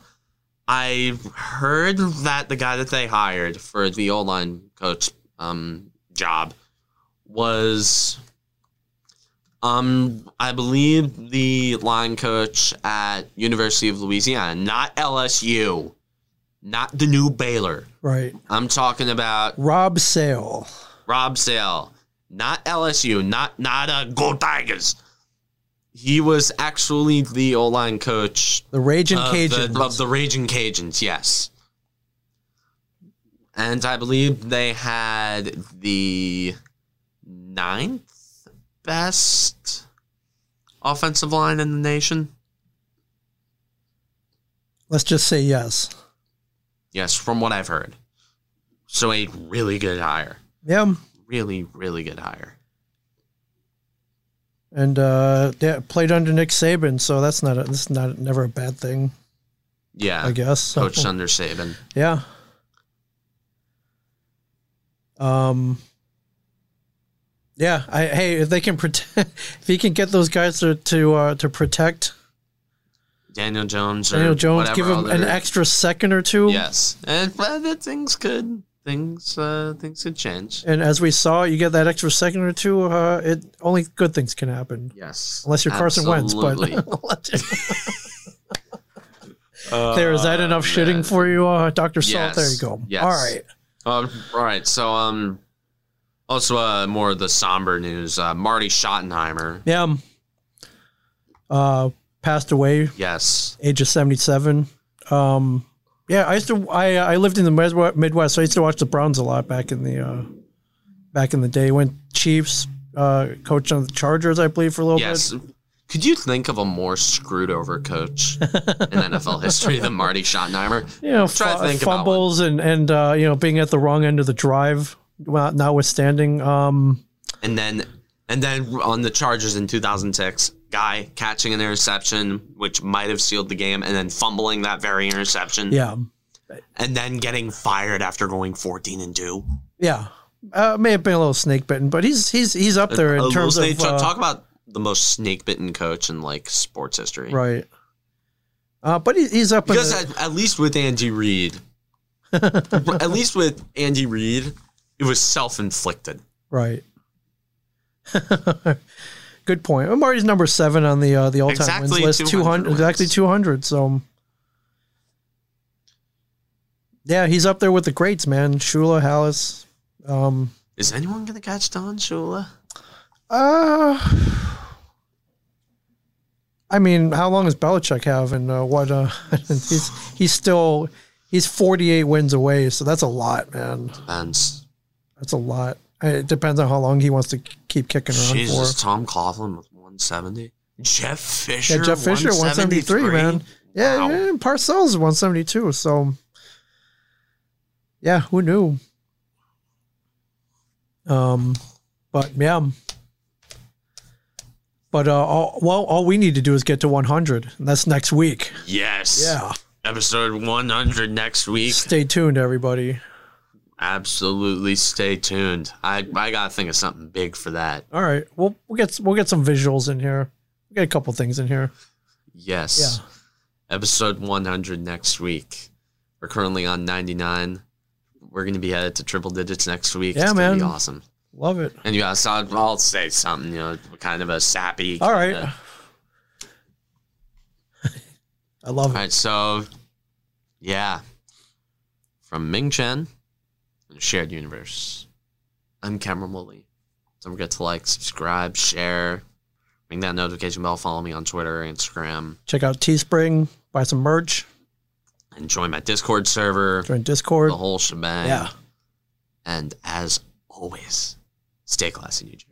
I heard that the guy that they hired for the O line coach um, job was, um, I believe the line coach at University of Louisiana, not LSU, not the new Baylor. Right. I'm talking about Rob Sale. Rob Sale, not LSU, not not uh, Go Tigers. He was actually the O line coach The Raging of Cajun. Uh, The, of the Raging Cajuns, yes. And I believe they had the ninth best offensive line in the nation. Let's just say yes. Yes, from what I've heard. So a really good hire. Yeah. Really, really good hire. And uh yeah, played under Nick Saban, so that's not a, that's not never a bad thing, Yeah. I guess. So, Coached under Saban. Yeah. Um. Yeah. I hey, if they can protect, if he can get those guys to to uh, to protect Daniel Jones or Daniel Jones, give him whatever an other- extra second or two. Yes. And well, that things could things uh things could change. And as we saw, you get that extra second or two. Uh, it only good things can happen, Yes. unless you're Carson Wentz. Absolutely. But there is that enough shitting for you, uh, Doctor Salt. There you Uh, Yes. go. Yes. All right. Um, all right. So, um, also uh, more of the somber news. Uh, Marty Schottenheimer. Yeah. um, Uh, passed away Yes. age of 77. Um, yeah, I used to. I I lived in the Midwest, Midwest, so I used to watch the Browns a lot back in the uh, back in the day. Went Chiefs, uh, coached on the Chargers, I believe, for a little Yes. bit. Could you think of a more screwed over coach in NFL history than Marty Schottenheimer? You know, Try to fu- think about one. fumbles and and uh, you know being at the wrong end of the drive, well, notwithstanding. Um, And then, and then on the Chargers in 2006, guy catching an interception which might have sealed the game, and then fumbling that very interception, yeah, and then getting fired after going 14 and two. yeah. Uh, may have been a little snake bitten, but he's he's he's up there in Uh, terms they of talk, uh, talk about the most snake bitten coach in like sports history. right. Uh, but uh, he, he's up Because in the, at, at least with Andy Reid, at least with Andy Reid, it was self-inflicted. Right. Good point. Well, Marty's number seven on the uh, the all time Exactly wins list. 200 Two hundred, wins. exactly two hundred. So, yeah, he's up there with the greats, man. Shula, Hallis. Um, Is anyone gonna catch Don Shula? uh, I mean, how long does Belichick have, and uh, what? Uh, he's he's still he's forty eight wins away, so that's a lot, man. Depends. That's a lot. It depends on how long he wants to keep kicking around for. Jesus, Tom Coughlin with 170. Jeff Fisher. Yeah, Jeff Fisher, 173, man. Yeah, Wow. yeah, and Parcells, 172. So, yeah, who knew? Um, but yeah. But uh, all, well, all we need to do is get to 100, and that's next week. Yes. Yeah, Episode 100 next week. stay tuned, everybody. Absolutely stay tuned. I, I got to think of something big for that. All right, we'll we'll get we'll get some visuals in here. We'll get a couple things in here. Yes. Episode 100 next week. We're currently on 99. We're going to be headed to triple digits next week. Yeah, it's gonna be man. awesome. Love it. And you guys, I'll, I'll say something, you know, kind of a sappy. All right, kinda- I love All it. right, so yeah, from Ming Chen and Shared Universe. I'm Cameron Woolley. Don't forget to like, subscribe, share, ring that notification bell. Follow me on Twitter, Instagram, Check out Teespring, buy some merch, and join my Discord server. join Discord. The whole shebang. Yeah. And as always, stay classy, New Jersey.